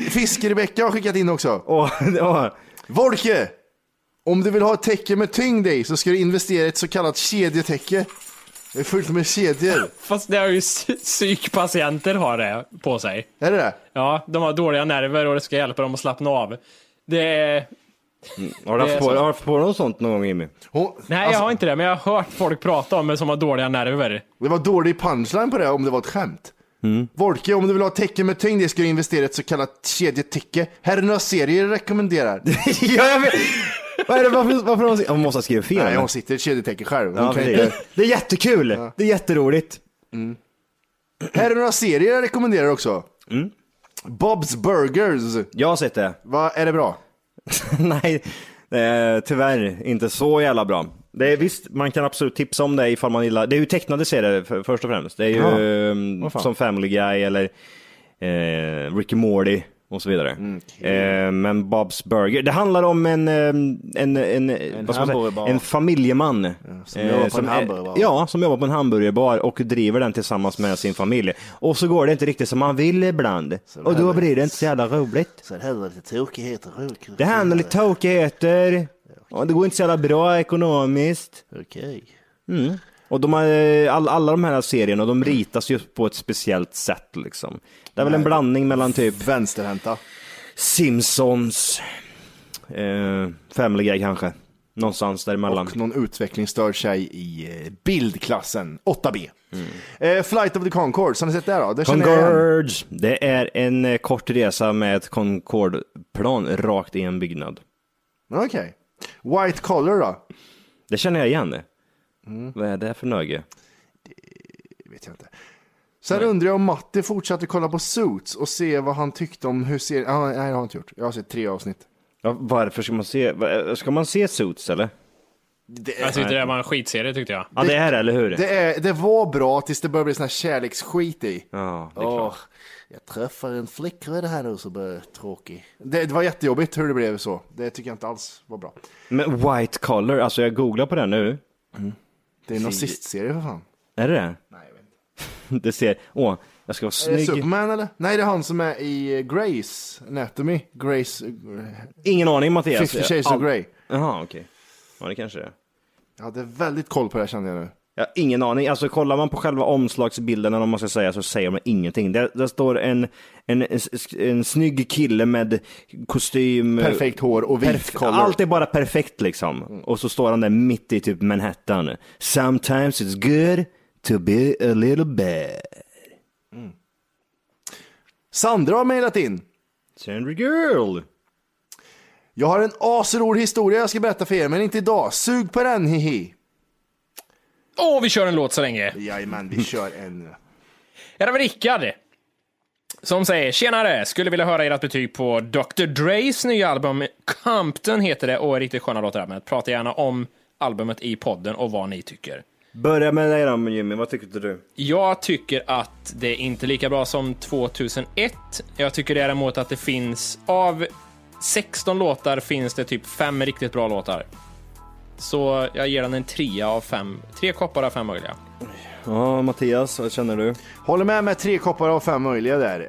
Fisk-Rebecka har skickat in också. Volke! Om du vill ha ett täcke med tyngd i så ska du investera i ett så kallat kedjetäcke. Det är fullt med kedjor. Fast det har ju psy- psykpatienter har det på sig. Är det det? Ja, de har dåliga nerver och det ska hjälpa dem att slappna av. Det är... Har du Det haft är på, så. har du haft på dig något sånt någon gång Jimmy? Nej, jag har inte det, men jag har hört folk prata om det som har dåliga nerver. Det var dålig punchline på det om det var ett skämt. Mm. Volke, om du vill ha ett täcke med tyngd i ska du investera i ett så kallat kedjetäcke. Här är några serier jag rekommenderar. ja, jag vet. Vad är det, varför, varför har hon, hon måste ha skrivit fel? Nej, hon sitter i ett kedjetäcke själv. Hon Ja, kan det, inte... är, det är jättekul. Det är jätteroligt. Här är några serier jag rekommenderar också. Mm. Bob's Burgers. Jag har sett det. Va, är det bra? Nej, det är tyvärr inte så jävla bra. Det är, visst, man kan absolut tipsa om det ifall man gillar. Det är ju tecknade serier för, först och främst. Det är ju Ja. ehm, Vad fan. som Family Guy eller eh, Ricky Morty och så vidare. Mm, Eh, men Bob's Burger, det handlar om en, ehm, en, en, vad ska man säga, hamburgerbar. en familjeman. eh, som jobbar på en är- hamburgerbar. Ja, som jobbar på en hamburgerbar och driver den tillsammans med sin familj. Och så går det inte riktigt som man vill ibland. Och då blir det inte så jävla roligt. Så det händer lite tokigheter. Okej. Det händer lite tokigheter. Ja, det går inte så jävla bra ekonomiskt. Mm. Och de har, eh, all, alla de här serierna, de ritas ju på ett speciellt sätt liksom. Det är väl en Nej. blandning mellan typ Vänsterhänta. Simpsons, eh, Family Guy kanske. Någonstans däremellan. Och någon utvecklingsstörd tjej i eh, bildklassen 8B. Eh, Flight of the Conchords, har ni sett det här då? Det känner jag igen. Concords! Det är en eh, kort resa med ett Concorde-plan rakt i en byggnad. Okej. White Collar då? Det känner jag igen. Vad är det för nöje? vet jag inte. Sen undrar jag om Matti fortsatte kolla på Suits och se vad han tyckte om hur serien... Ah, nej, det har han inte gjort. Jag har sett tre avsnitt. Ja, varför ska man se, va- ska man se Suits eller? Jag tyckte det var en skitserie tyckte jag. Ja det är det, eller hur? Det, är, det var bra tills det började bli sån här kärleksskit i. Ja, det är klart. Åh, jag träffar en flickvän här nu som är tråkig. Det, det var jättejobbigt hur det blev så. Det tycker jag inte alls var bra. Men White Collar, alltså jag googlar på det nu. Det är en nazistserie för fan. Är det det? Nej, jag vet Det ser, åh, jag ska vara Är det snygg. Superman eller? Nej, det är han som är i eh, Grace Anatomy. Grace... eh, Ingen aning Mattias. Fifty Shades Jag- of Grey. Jaha, okej. Ja, det kanske det är. Jag hade väldigt koll på det här kände jag nu. Eh, Jag har ingen aning. Alltså kollar man på själva omslagsbilden eller om man ska säga så säger man ingenting. Där, där står en, en, en, en snygg kille med kostym. Perfekt hår och vit collar. Mm. Allt är bara perfekt liksom. Och så står han där mitt i typ Manhattan. Sometimes it's good to be a little bad. Sandra har mejlat in. Sandra girl. Jag har en asrolig historia jag ska berätta för er, men inte idag. Sug på den, hihi. Åh, vi kör en låt så länge. Jajamän, vi kör en. Här har vi Rickard. Som säger, tjenare, skulle vilja höra ert betyg på Dr. Dres nya album Compton heter det och är riktigt sköna låtar. Men prata gärna om albumet i podden och vad ni tycker. Börja med dig då Jimmy, vad tyckte du? Jag tycker att det är inte lika bra som 2001. Jag tycker däremot att det finns, av 16 låtar finns det typ fem riktigt bra låtar. Så jag ger den en trea av fem. Tre koppar av fem möjliga. Ja, Mattias, vad känner du? Håller med med tre koppar av fem möjliga där.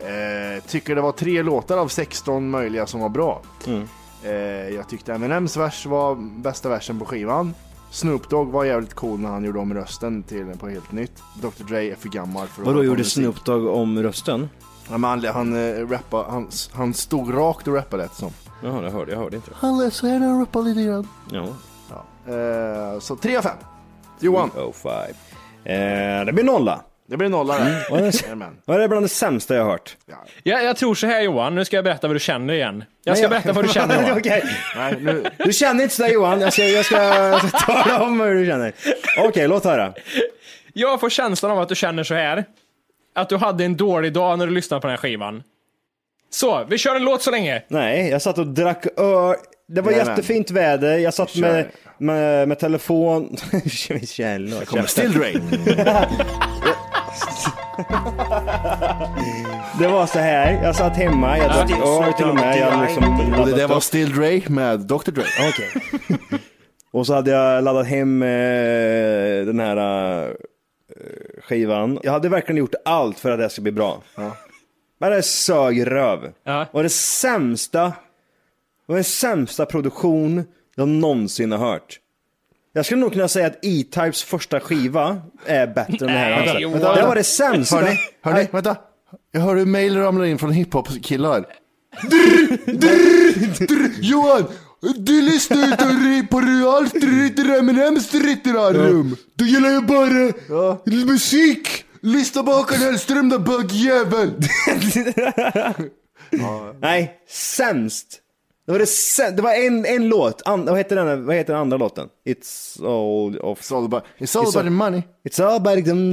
Eh, tycker det var tre låtar av 16 möjliga som var bra. Mm. Eh, jag tyckte Eminems vers var bästa versen på skivan. Snoop Dogg var jävligt cool när han gjorde om rösten till på helt nytt. Dr Dre är för gammal för att hålla Vadå, på gjorde med musik. Snoop Dogg om rösten? Ja, men han, han, eh, rappa, han, han stod rakt och rappade lät det som. Jaha, det hörde jag, hörde inte. Han lät så här när han rappade lite grann. Ja. Eh, så 3 av 5. Johan. Mm. Oh, 305. Eh, det blir nolla. Det blir nolla där. Vad är det- Jajamän. vad är det bland det sämsta jag har hört? Ja, jag tror så här Johan, nu ska jag berätta vad du känner igen. Jag Nej, ska jag- berätta vad du känner Johan. Okej. Du känner inte sådär Johan, jag ska, jag ska, jag ska tala om hur du känner. Okej, låt höra. Jag får känslan av att du känner så här. Att du hade en dålig dag när du lyssnade på den här skivan. Så, vi kör en låt så länge. Nej, jag satt och drack öl. Det var Jajamän. jättefint väder, jag satt Kör. med, med, med telefon. Källor. Det kommer Still Dre. Det var så här, jag satt hemma, jag drack öl till och med. Jag hade liksom och det där laddat var upp. Still Dre med Dr Dre. Okej. Och så hade jag laddat hem eh, den här eh, skivan. Jag hade verkligen gjort allt för att det här skulle bli bra. Men det sög röv. Och det sämsta, och den sämsta produktion jag någonsin har hört. Jag skulle nog kunna säga att E-Types första skiva är bättre än den här. alltså. det var det sämsta. Hörni, hörni, vänta. Jag hör hur mejl ramlar in från hiphop-killar. Johan, du lyssnar inte ri- på allt dritt i Eminems dritt i det här rum. Du gillar ju bara musik. Lyssna på Håkan Hellström då bögjävel. Nej, sämst. Det var, det, säm- det var en, en låt, An- vad, heter den, vad heter den andra låten? It's all, of- it's all about, it's all about the money. It's all about them,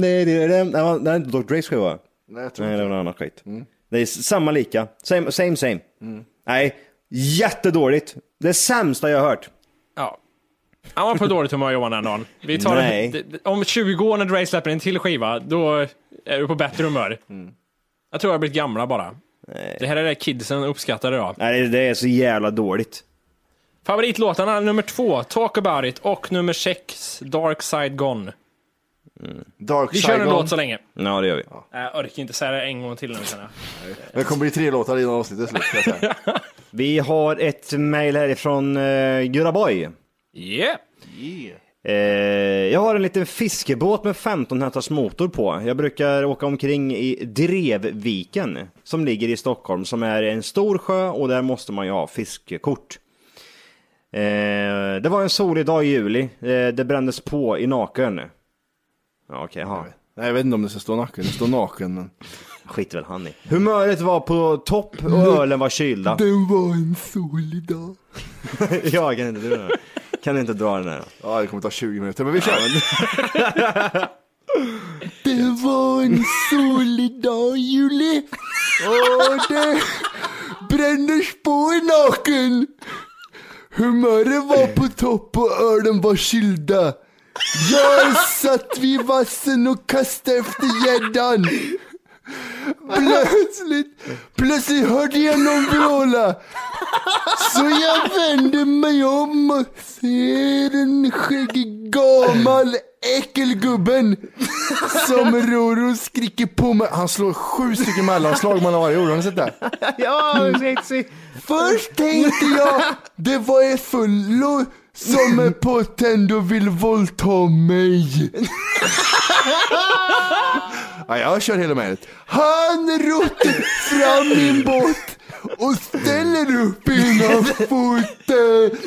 them, them. Nej, vad- det är inte Dr. Dres skiva Nej, jag tror inte. Nej, Mm. det var någon annan skit. Det är s- samma lika, same same. same. Nej, jättedåligt. Det sämsta jag har hört. Ja. Han var på dåligt humör Johan den dagen. Vi tar Nej. d- d- om 20 år när Dre släpper en till skiva, då är du på bättre humör. Jag tror jag har blivit gamla bara. Det här är det kidsen uppskattar idag. Nej, det- det är så jävla dåligt. Favoritlåtarna nummer två, Talk about it, och nummer sex, Dark side gone. Dark Vi kör en Saigon. låt så länge. Ja, det gör vi. Jag orkar inte säga det en gång till nu känner jag. Det kommer bli tre låtar innan avsnittet är slut. kan jag säga. Vi har ett mejl härifrån uh, Guraboy. Yeah. Eh, jag har en liten fiskebåt med 15 hästars motor på. Jag brukar åka omkring i Drevviken som ligger i Stockholm som är en stor sjö och där måste man ju ha fiskekort. Eh, det var en solig dag i juli. Eh, det brändes på i nakeln. Ja, Okej, okay, Nej, jag vet inte om det ska stå naken. Det står naken, men... Skit väl han i. Humöret var på topp och ölen var kylda. var en solig dag. jag kan inte dra den här. Kan inte dra den här? Ja, det kommer ta 20 minuter, men vi kör. Det var en solig dag i juli och det brändes på i naken. Humöret var på topp och ölen var kylda. Jag satt vid vassen och kastade efter gäddan. Plötsligt, plötsligt hörde jag någon vråla. Så jag vände mig om och ser en skäggig gammal äckelgubben som ror och skriker på mig. Han slår sju stycken mellanslag man har varje ord, har ni sett det? Ja, sexy. Först tänkte jag det var en fullo som är på tänd och vill våldta mig. ja, jag kör hela mejlet. Han rotar fram min båt och ställer upp ena foten.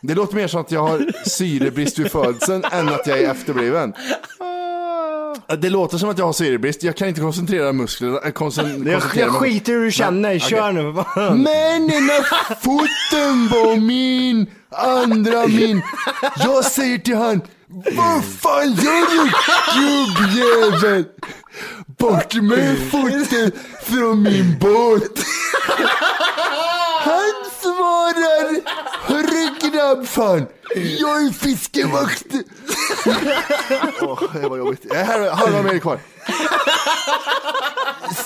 Det låter mer som att jag har syrebrist vid födseln än att jag är efterbliven. Ah. Det låter som att jag har syrebrist, jag kan inte koncentrera musklerna. äh, koncen- Jag, koncentrera jag mig. skiter i hur du känner, Nej, kör okej. nu för fan. Men ena foten var min, andra min. Jag säger till han, vad fan gör du gubbjävel? Bort med foten från min båt. Han svarar, hörru kram fan! Jag är fiskevakt! Åh, det var jobbigt. Eh, Här, här har vi mer kvar.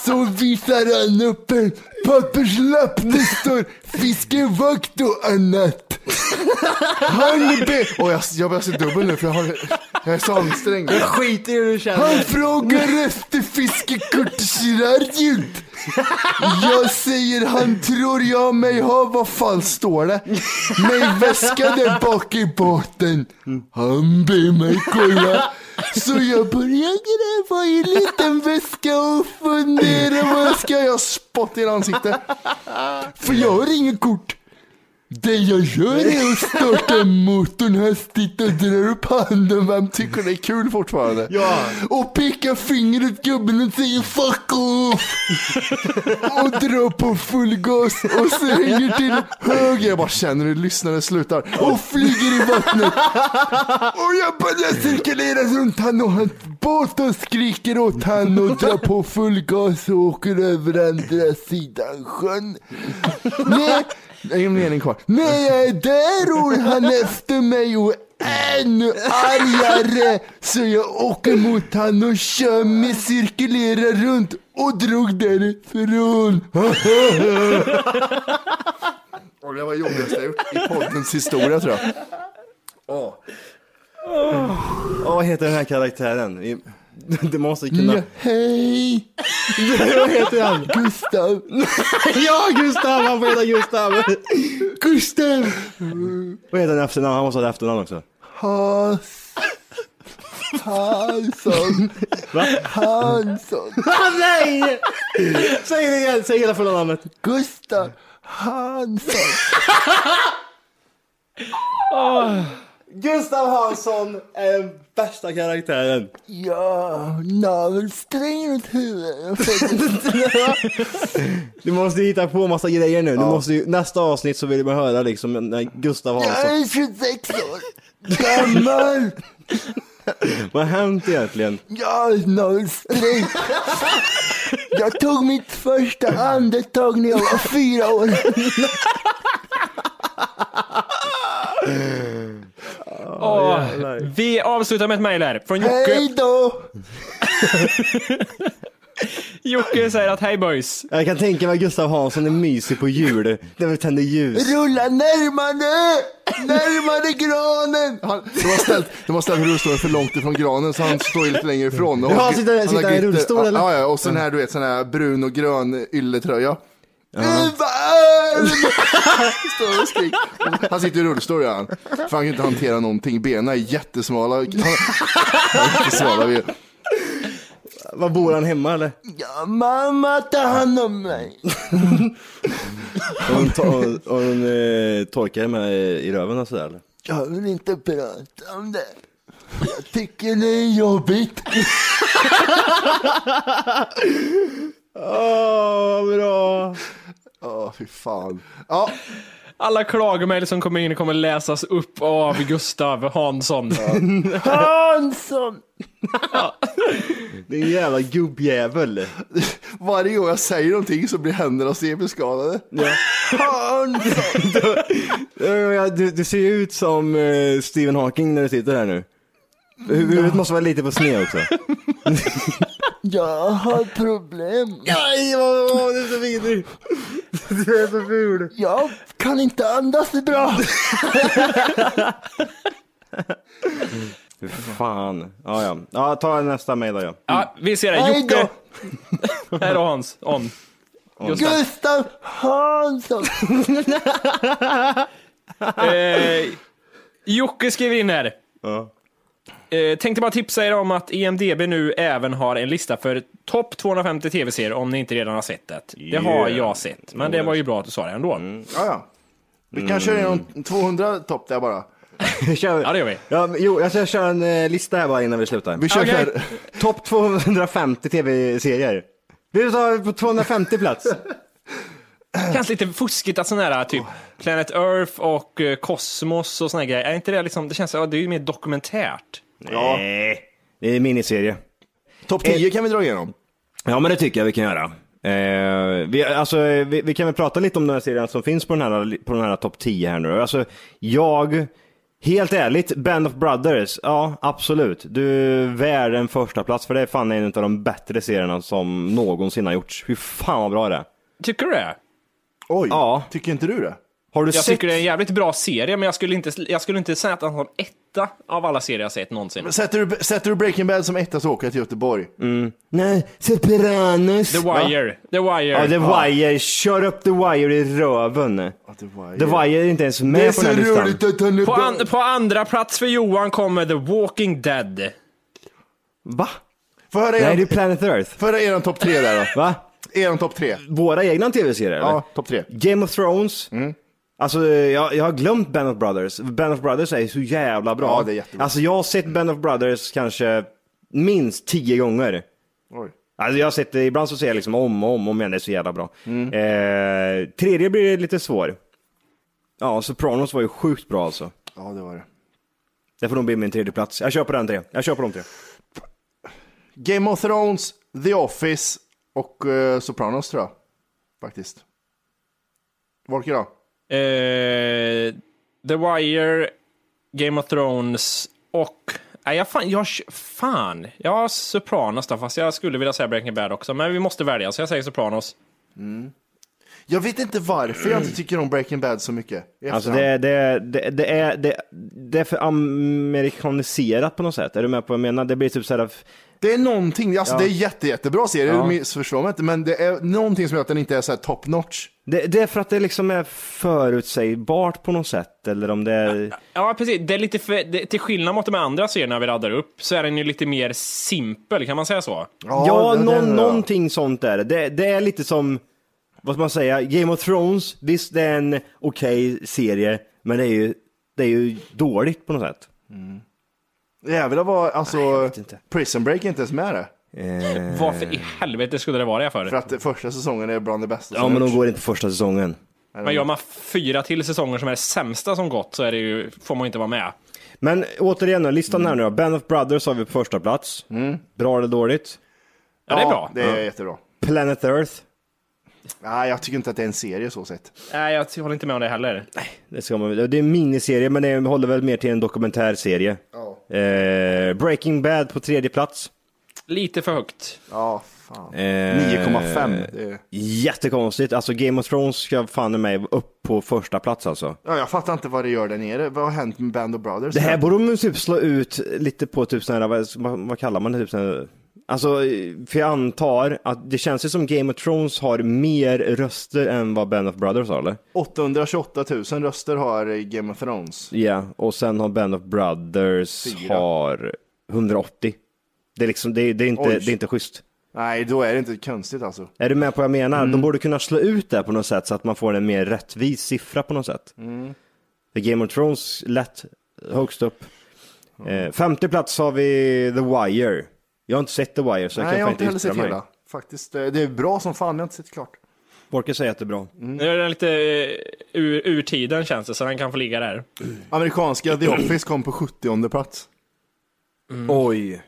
Så visar han upp en papperslapp. Det står fiskevakt och annat. Han be... Åh, jag, jag börjar se dubbel nu för jag har... Jag är så ansträngd. Jag skiter i hur du känner. Han frågar efter fiskekortsradion. Jag säger han tror jag mig ha, vad fan står det? Med väska där bak i båten. Han ber mig kolla. Så jag börjar gräva i en liten väska och fundera vad ska jag spotta i ansiktet. För jag har inget kort. Det jag gör är att starta motorn hastigt och dra upp handen. Vem tycker det är kul fortfarande? Ja. Och pekar fingret åt gubben och säger fuck off. och drar på full gas och svänger till Höger, jag bara känner hur lyssnaren slutar. och flyger i vattnet. Och jag börjar cirkulera runt han och hans båt och skriker åt han och drar på full gas och åker över andra sidan sjön. Nej, En mening kvar. när jag är där ror han efter mig och är ännu argare. Så jag åker mot han och kör med cirkulerar runt och drog därifrån. Åh, det var det jobbigaste jag gjort i poddens historia tror jag. Åh. Ja, Vad heter den här karaktären? I- Det måste kunna... Ja, hej! Vad heter han? Gustav. ja, Gustav! Han får heta Gustav. Gustav! Vad heter han i efternamn? Han måste ha ett efternamn också. Has. Hansson. Va? Hansson. Nej! Säg det igen, säg hela fulla namnet. Gustav Hansson. Gustav Hansson är den bästa karaktären. Ja, navelsträng runt huvudet. Du måste hitta på massa grejer nu. Du måste ju, nästa avsnitt så vill man höra liksom när Gustav Jag är Hansson. 26 år gammal. Vad har hänt egentligen? Jag är navelsträng. Jag tog mitt första andetag när jag var fyra år. Åh, vi avslutar med ett mejl här från Jocke. Hej då! Jocke säger att hej boys. Jag kan tänka mig att Gustav Hansson är mysig på jul. När vi tänder ljus. Rulla närmare! Närmare granen! Han, De har ställt, de har ställt rullstolen för långt ifrån granen så han står ju lite längre ifrån. Och Ja, har- sitter- har sitter han i glitter- rullstol, ja, eller? Ja, ja, och sen här du vet sån här brun och grön ylletröja. Står och skriker. Han sitter i rullstol gör han. För han kan inte hantera någonting. Benen är jättesmala. Han, jättesmala. vi- Var bor han hemma eller? Ja, mamma ta hand om mig. Och hon, to- och, och hon eh, torkar det med eh, i röven och sådär eller? Jag vill inte prata om det. Jag tycker det är jobbigt. Åh, bra. Åh, fy fan. Ja. Alla klagomejl som kommer in kommer läsas upp av Gustav Hansson. Hansson! Det är en jävla gubbjävel. Varje gång jag säger någonting så blir händerna CP-skadade. Hansson! Ja, Du, du ser ju ut som eh, Stephen Hawking när du sitter här nu. Huvudet måste vara lite på sned också. Jag har problem. Nej, vad var det så vidrig? Du är så ful. Jag kan inte andas bra. Fy Fan. Ja, ja. ja ta nästa mejl då. Ja. Ja, vi ser det. Hej Jocke. Här har Hans. On. Gustav. Gustav Hansson. Eh, Jocke skriver in här. Ja. Eh, tänkte bara tipsa er om att E EMDB nu även har en lista för topp 250 tv-serier om ni inte redan har sett det. Det har Yeah. Mm. jag sett, men det var ju bra att du sa det ändå. Ja, ja. Vi kan köra igenom 200 topp där bara. Kör. Ja, det gör vi. Ja, men, jo, jag ska köra en eh, lista här bara innan vi slutar. Vi kör Okej. så här. Topp 250 tv-serier. Vi tar på 250 plats. känns lite fuskigt att sån här typ Planet Earth och eh, Kosmos och såna här grejer, är inte det liksom, det känns, ja, det är ju mer dokumentärt. Ja. Nej, Eh, det är miniserie. Eh, Topp 10 kan vi dra igenom. Ja, men det tycker jag vi kan göra. Eh, vi, alltså, eh, vi, vi kan väl prata lite om den här serien som finns på den här, på den här topp 10 här nu. Alltså, jag, helt ärligt, Band of Brothers, ja absolut. Du är värd en första plats för det är fan en av de bättre serierna som någonsin har gjorts. Fy fan vad bra det är. Tycker du det? Oj, ja. tycker inte du det? Har du jag sett? tycker det är en jävligt bra serie, men jag skulle inte, jag skulle inte säga att den har etta av alla serier jag sett någonsin. Sätter du, sätter du Breaking Bad som etta så åker jag till Göteborg. Nej, Sopranos. The Wire. The Wire. Ja, The Wire. Kör upp The Wire i röven. The Wire, är inte ens med på den här listan. att han är På, an, på andra plats för Johan kommer The Walking Dead. Va? Får höra Nej, det är er, Planet Earth. får höra er topp tre där då. Va? Er topp tre. Våra egna tv-serier eller? Ja, Mm. topp tre. Game of Thrones. Alltså jag, jag har glömt Band of Brothers. Band of Brothers är ju så jävla bra. Ja, det är jättebra. Alltså jag har sett Band of Brothers kanske minst tio gånger. Oj. Alltså jag har sett det, ibland så ser jag liksom om och om och om igen, det är så jävla bra. Mm. Eh, tredje blir lite svår. Ja, Sopranos var ju sjukt bra alltså. Ja, det var det. Det får nog bli min tredje plats. Jag kör på den tre. Jag kör på de tre. Game of Thrones, The Office och eh, Sopranos tror jag. Faktiskt. Volker då? Eh, The Wire, Game of Thrones och... Nej, jag fan, jag, fan, jag har Sopranos där, fast jag skulle vilja säga Breaking Bad också. Men vi måste välja, så jag säger Sopranos. Jag vet inte varför jag inte tycker om Breaking Bad så mycket. i Alltså efterhand. det, det, det, det, är, det, det är för amerikaniserat på något sätt. Är du med på vad jag menar? Det blir typ så här... Det är någonting, alltså Ja. det är jätte, jättebra serie, Ja. ja. missförstå mig inte, men det är någonting som gör att den inte är så här top notch. Det, det är för att det liksom är förutsägbart på något sätt. Eller om det är... Ja, precis. Det är lite för, det, till skillnad mot de andra serierna vi radar upp så är den ju lite mer simpel, kan man säga så? Ja, det- det- någon, det- någonting sånt där. Det, det är lite som, vad ska man säga, Game of Thrones. Visst, det är en okej serie, men det är, ju, det är ju dåligt på något sätt. Jävlar vad, alltså, vet inte. Prison Break är inte ens med det. Eh, Varför i helvete skulle det vara det för? För att första säsongen är bland det bästa ja, som men gjorts. de går inte på första säsongen. Men gör man fyra till säsonger som är det sämsta som gått så är det ju, får man ju inte vara med. Men återigen, nu, listan Mm. här nu då. Band of Brothers har vi på första plats. Bra eller dåligt? Ja, det är bra. det är jättebra. Planet Earth. Nej, jag tycker inte att det är en serie så sett. Nej, jag håller inte med om det heller. Det, ska man, det är en miniserie, men det håller väl mer till en dokumentärserie. Eh, Breaking Bad på tredje plats. Lite för högt. Ja, fan. Eh, 9,5. Det är... Jättekonstigt. Alltså Game of Thrones ska fan i mig upp på första plats alltså. Ja, jag fattar inte vad det gör där nere. Vad har hänt med Band of Brothers? Det här borde de typ slå ut lite på typ sådana här, vad- vad, vad kallar man det? Typ sån här, alltså, för jag antar att det känns ju som Game of Thrones har mer röster än vad Band of Brothers har eller? 828 000 röster har Game of Thrones. Ja, och sen har Band of Brothers Fyra. har 180. Det är liksom, det, är- det är inte, Oj. det är inte schysst. Nej, då är det inte konstigt alltså. Är du med på vad jag menar? Mm. De borde kunna slå ut det på något sätt så att man får en mer rättvis siffra på något sätt. Mm. För Game of Thrones lätt högst upp. Eh, femte plats har vi The Wire. Jag har inte sett The Wire så jag Nej, jag kan har fan inte heller inte yttra sett mig. hela. Faktiskt, eh, det är bra som fan, jag har inte sett klart. Borke säger att det är bra. Mm. Nu är den lite eh, ur, ur tiden känns det, så den kan få ligga där. Amerikanska The Office kom på 70 plats. Mm. Oj.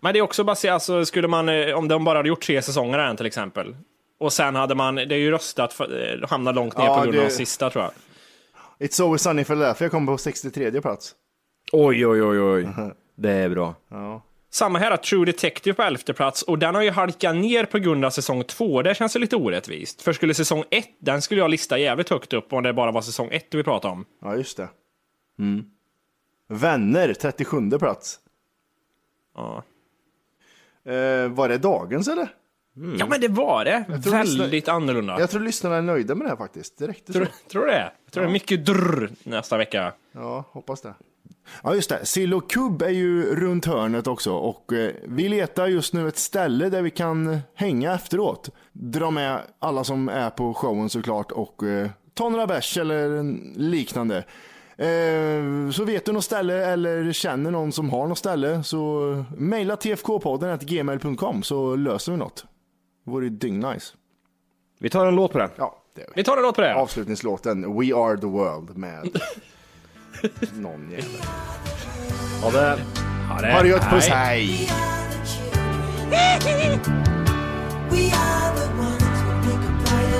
Men det är också baserat, alltså, skulle man, eh, om de bara hade gjort tre säsonger av den till exempel. Och sen hade man, det är ju röstat, för, eh, hamnar långt ner Ja, på grund av det- de sista tror jag. It's Always Sunny in Philadelphia kom på 63 plats. Oj, oj, oj, oj. Det är bra. Samma här, att True Detective på elfte plats, och den har ju halkat ner på grund av säsong två. Det känns ju lite orättvist. För skulle säsong ett, den skulle jag lista jävligt högt upp om det bara var säsong ett vi pratade om. Ja, just det. Mm. Vänner, 37 plats. Ja, Eh, var det dagens eller? Mm. ja men det var det. tror vi lyssnar- Väldigt annorlunda. Jag tror lyssnarna är nöjda med det här faktiskt. Det räckte så. Tror, tror du det? Jag tror det är mycket drr nästa vecka. Ja, hoppas det. Ja just det, sill och kubb är ju runt hörnet också och eh, vi letar just nu ett ställe där vi kan hänga efteråt. Dra med alla som är på showen såklart och eh, ta några bärs eller en liknande. Eh, så vet du något ställe eller känner någon som har något ställe så mejla tfkpodden gmail.com så löser vi något. Det vore ju dyngnice. Vi tar en låt på den. Ja, det är vi. Vi tar en låt på det. Avslutningslåten We Are The World med någon jävel. Ja, det... Ja, det Ha det gött, puss, nej. hej! We are the ones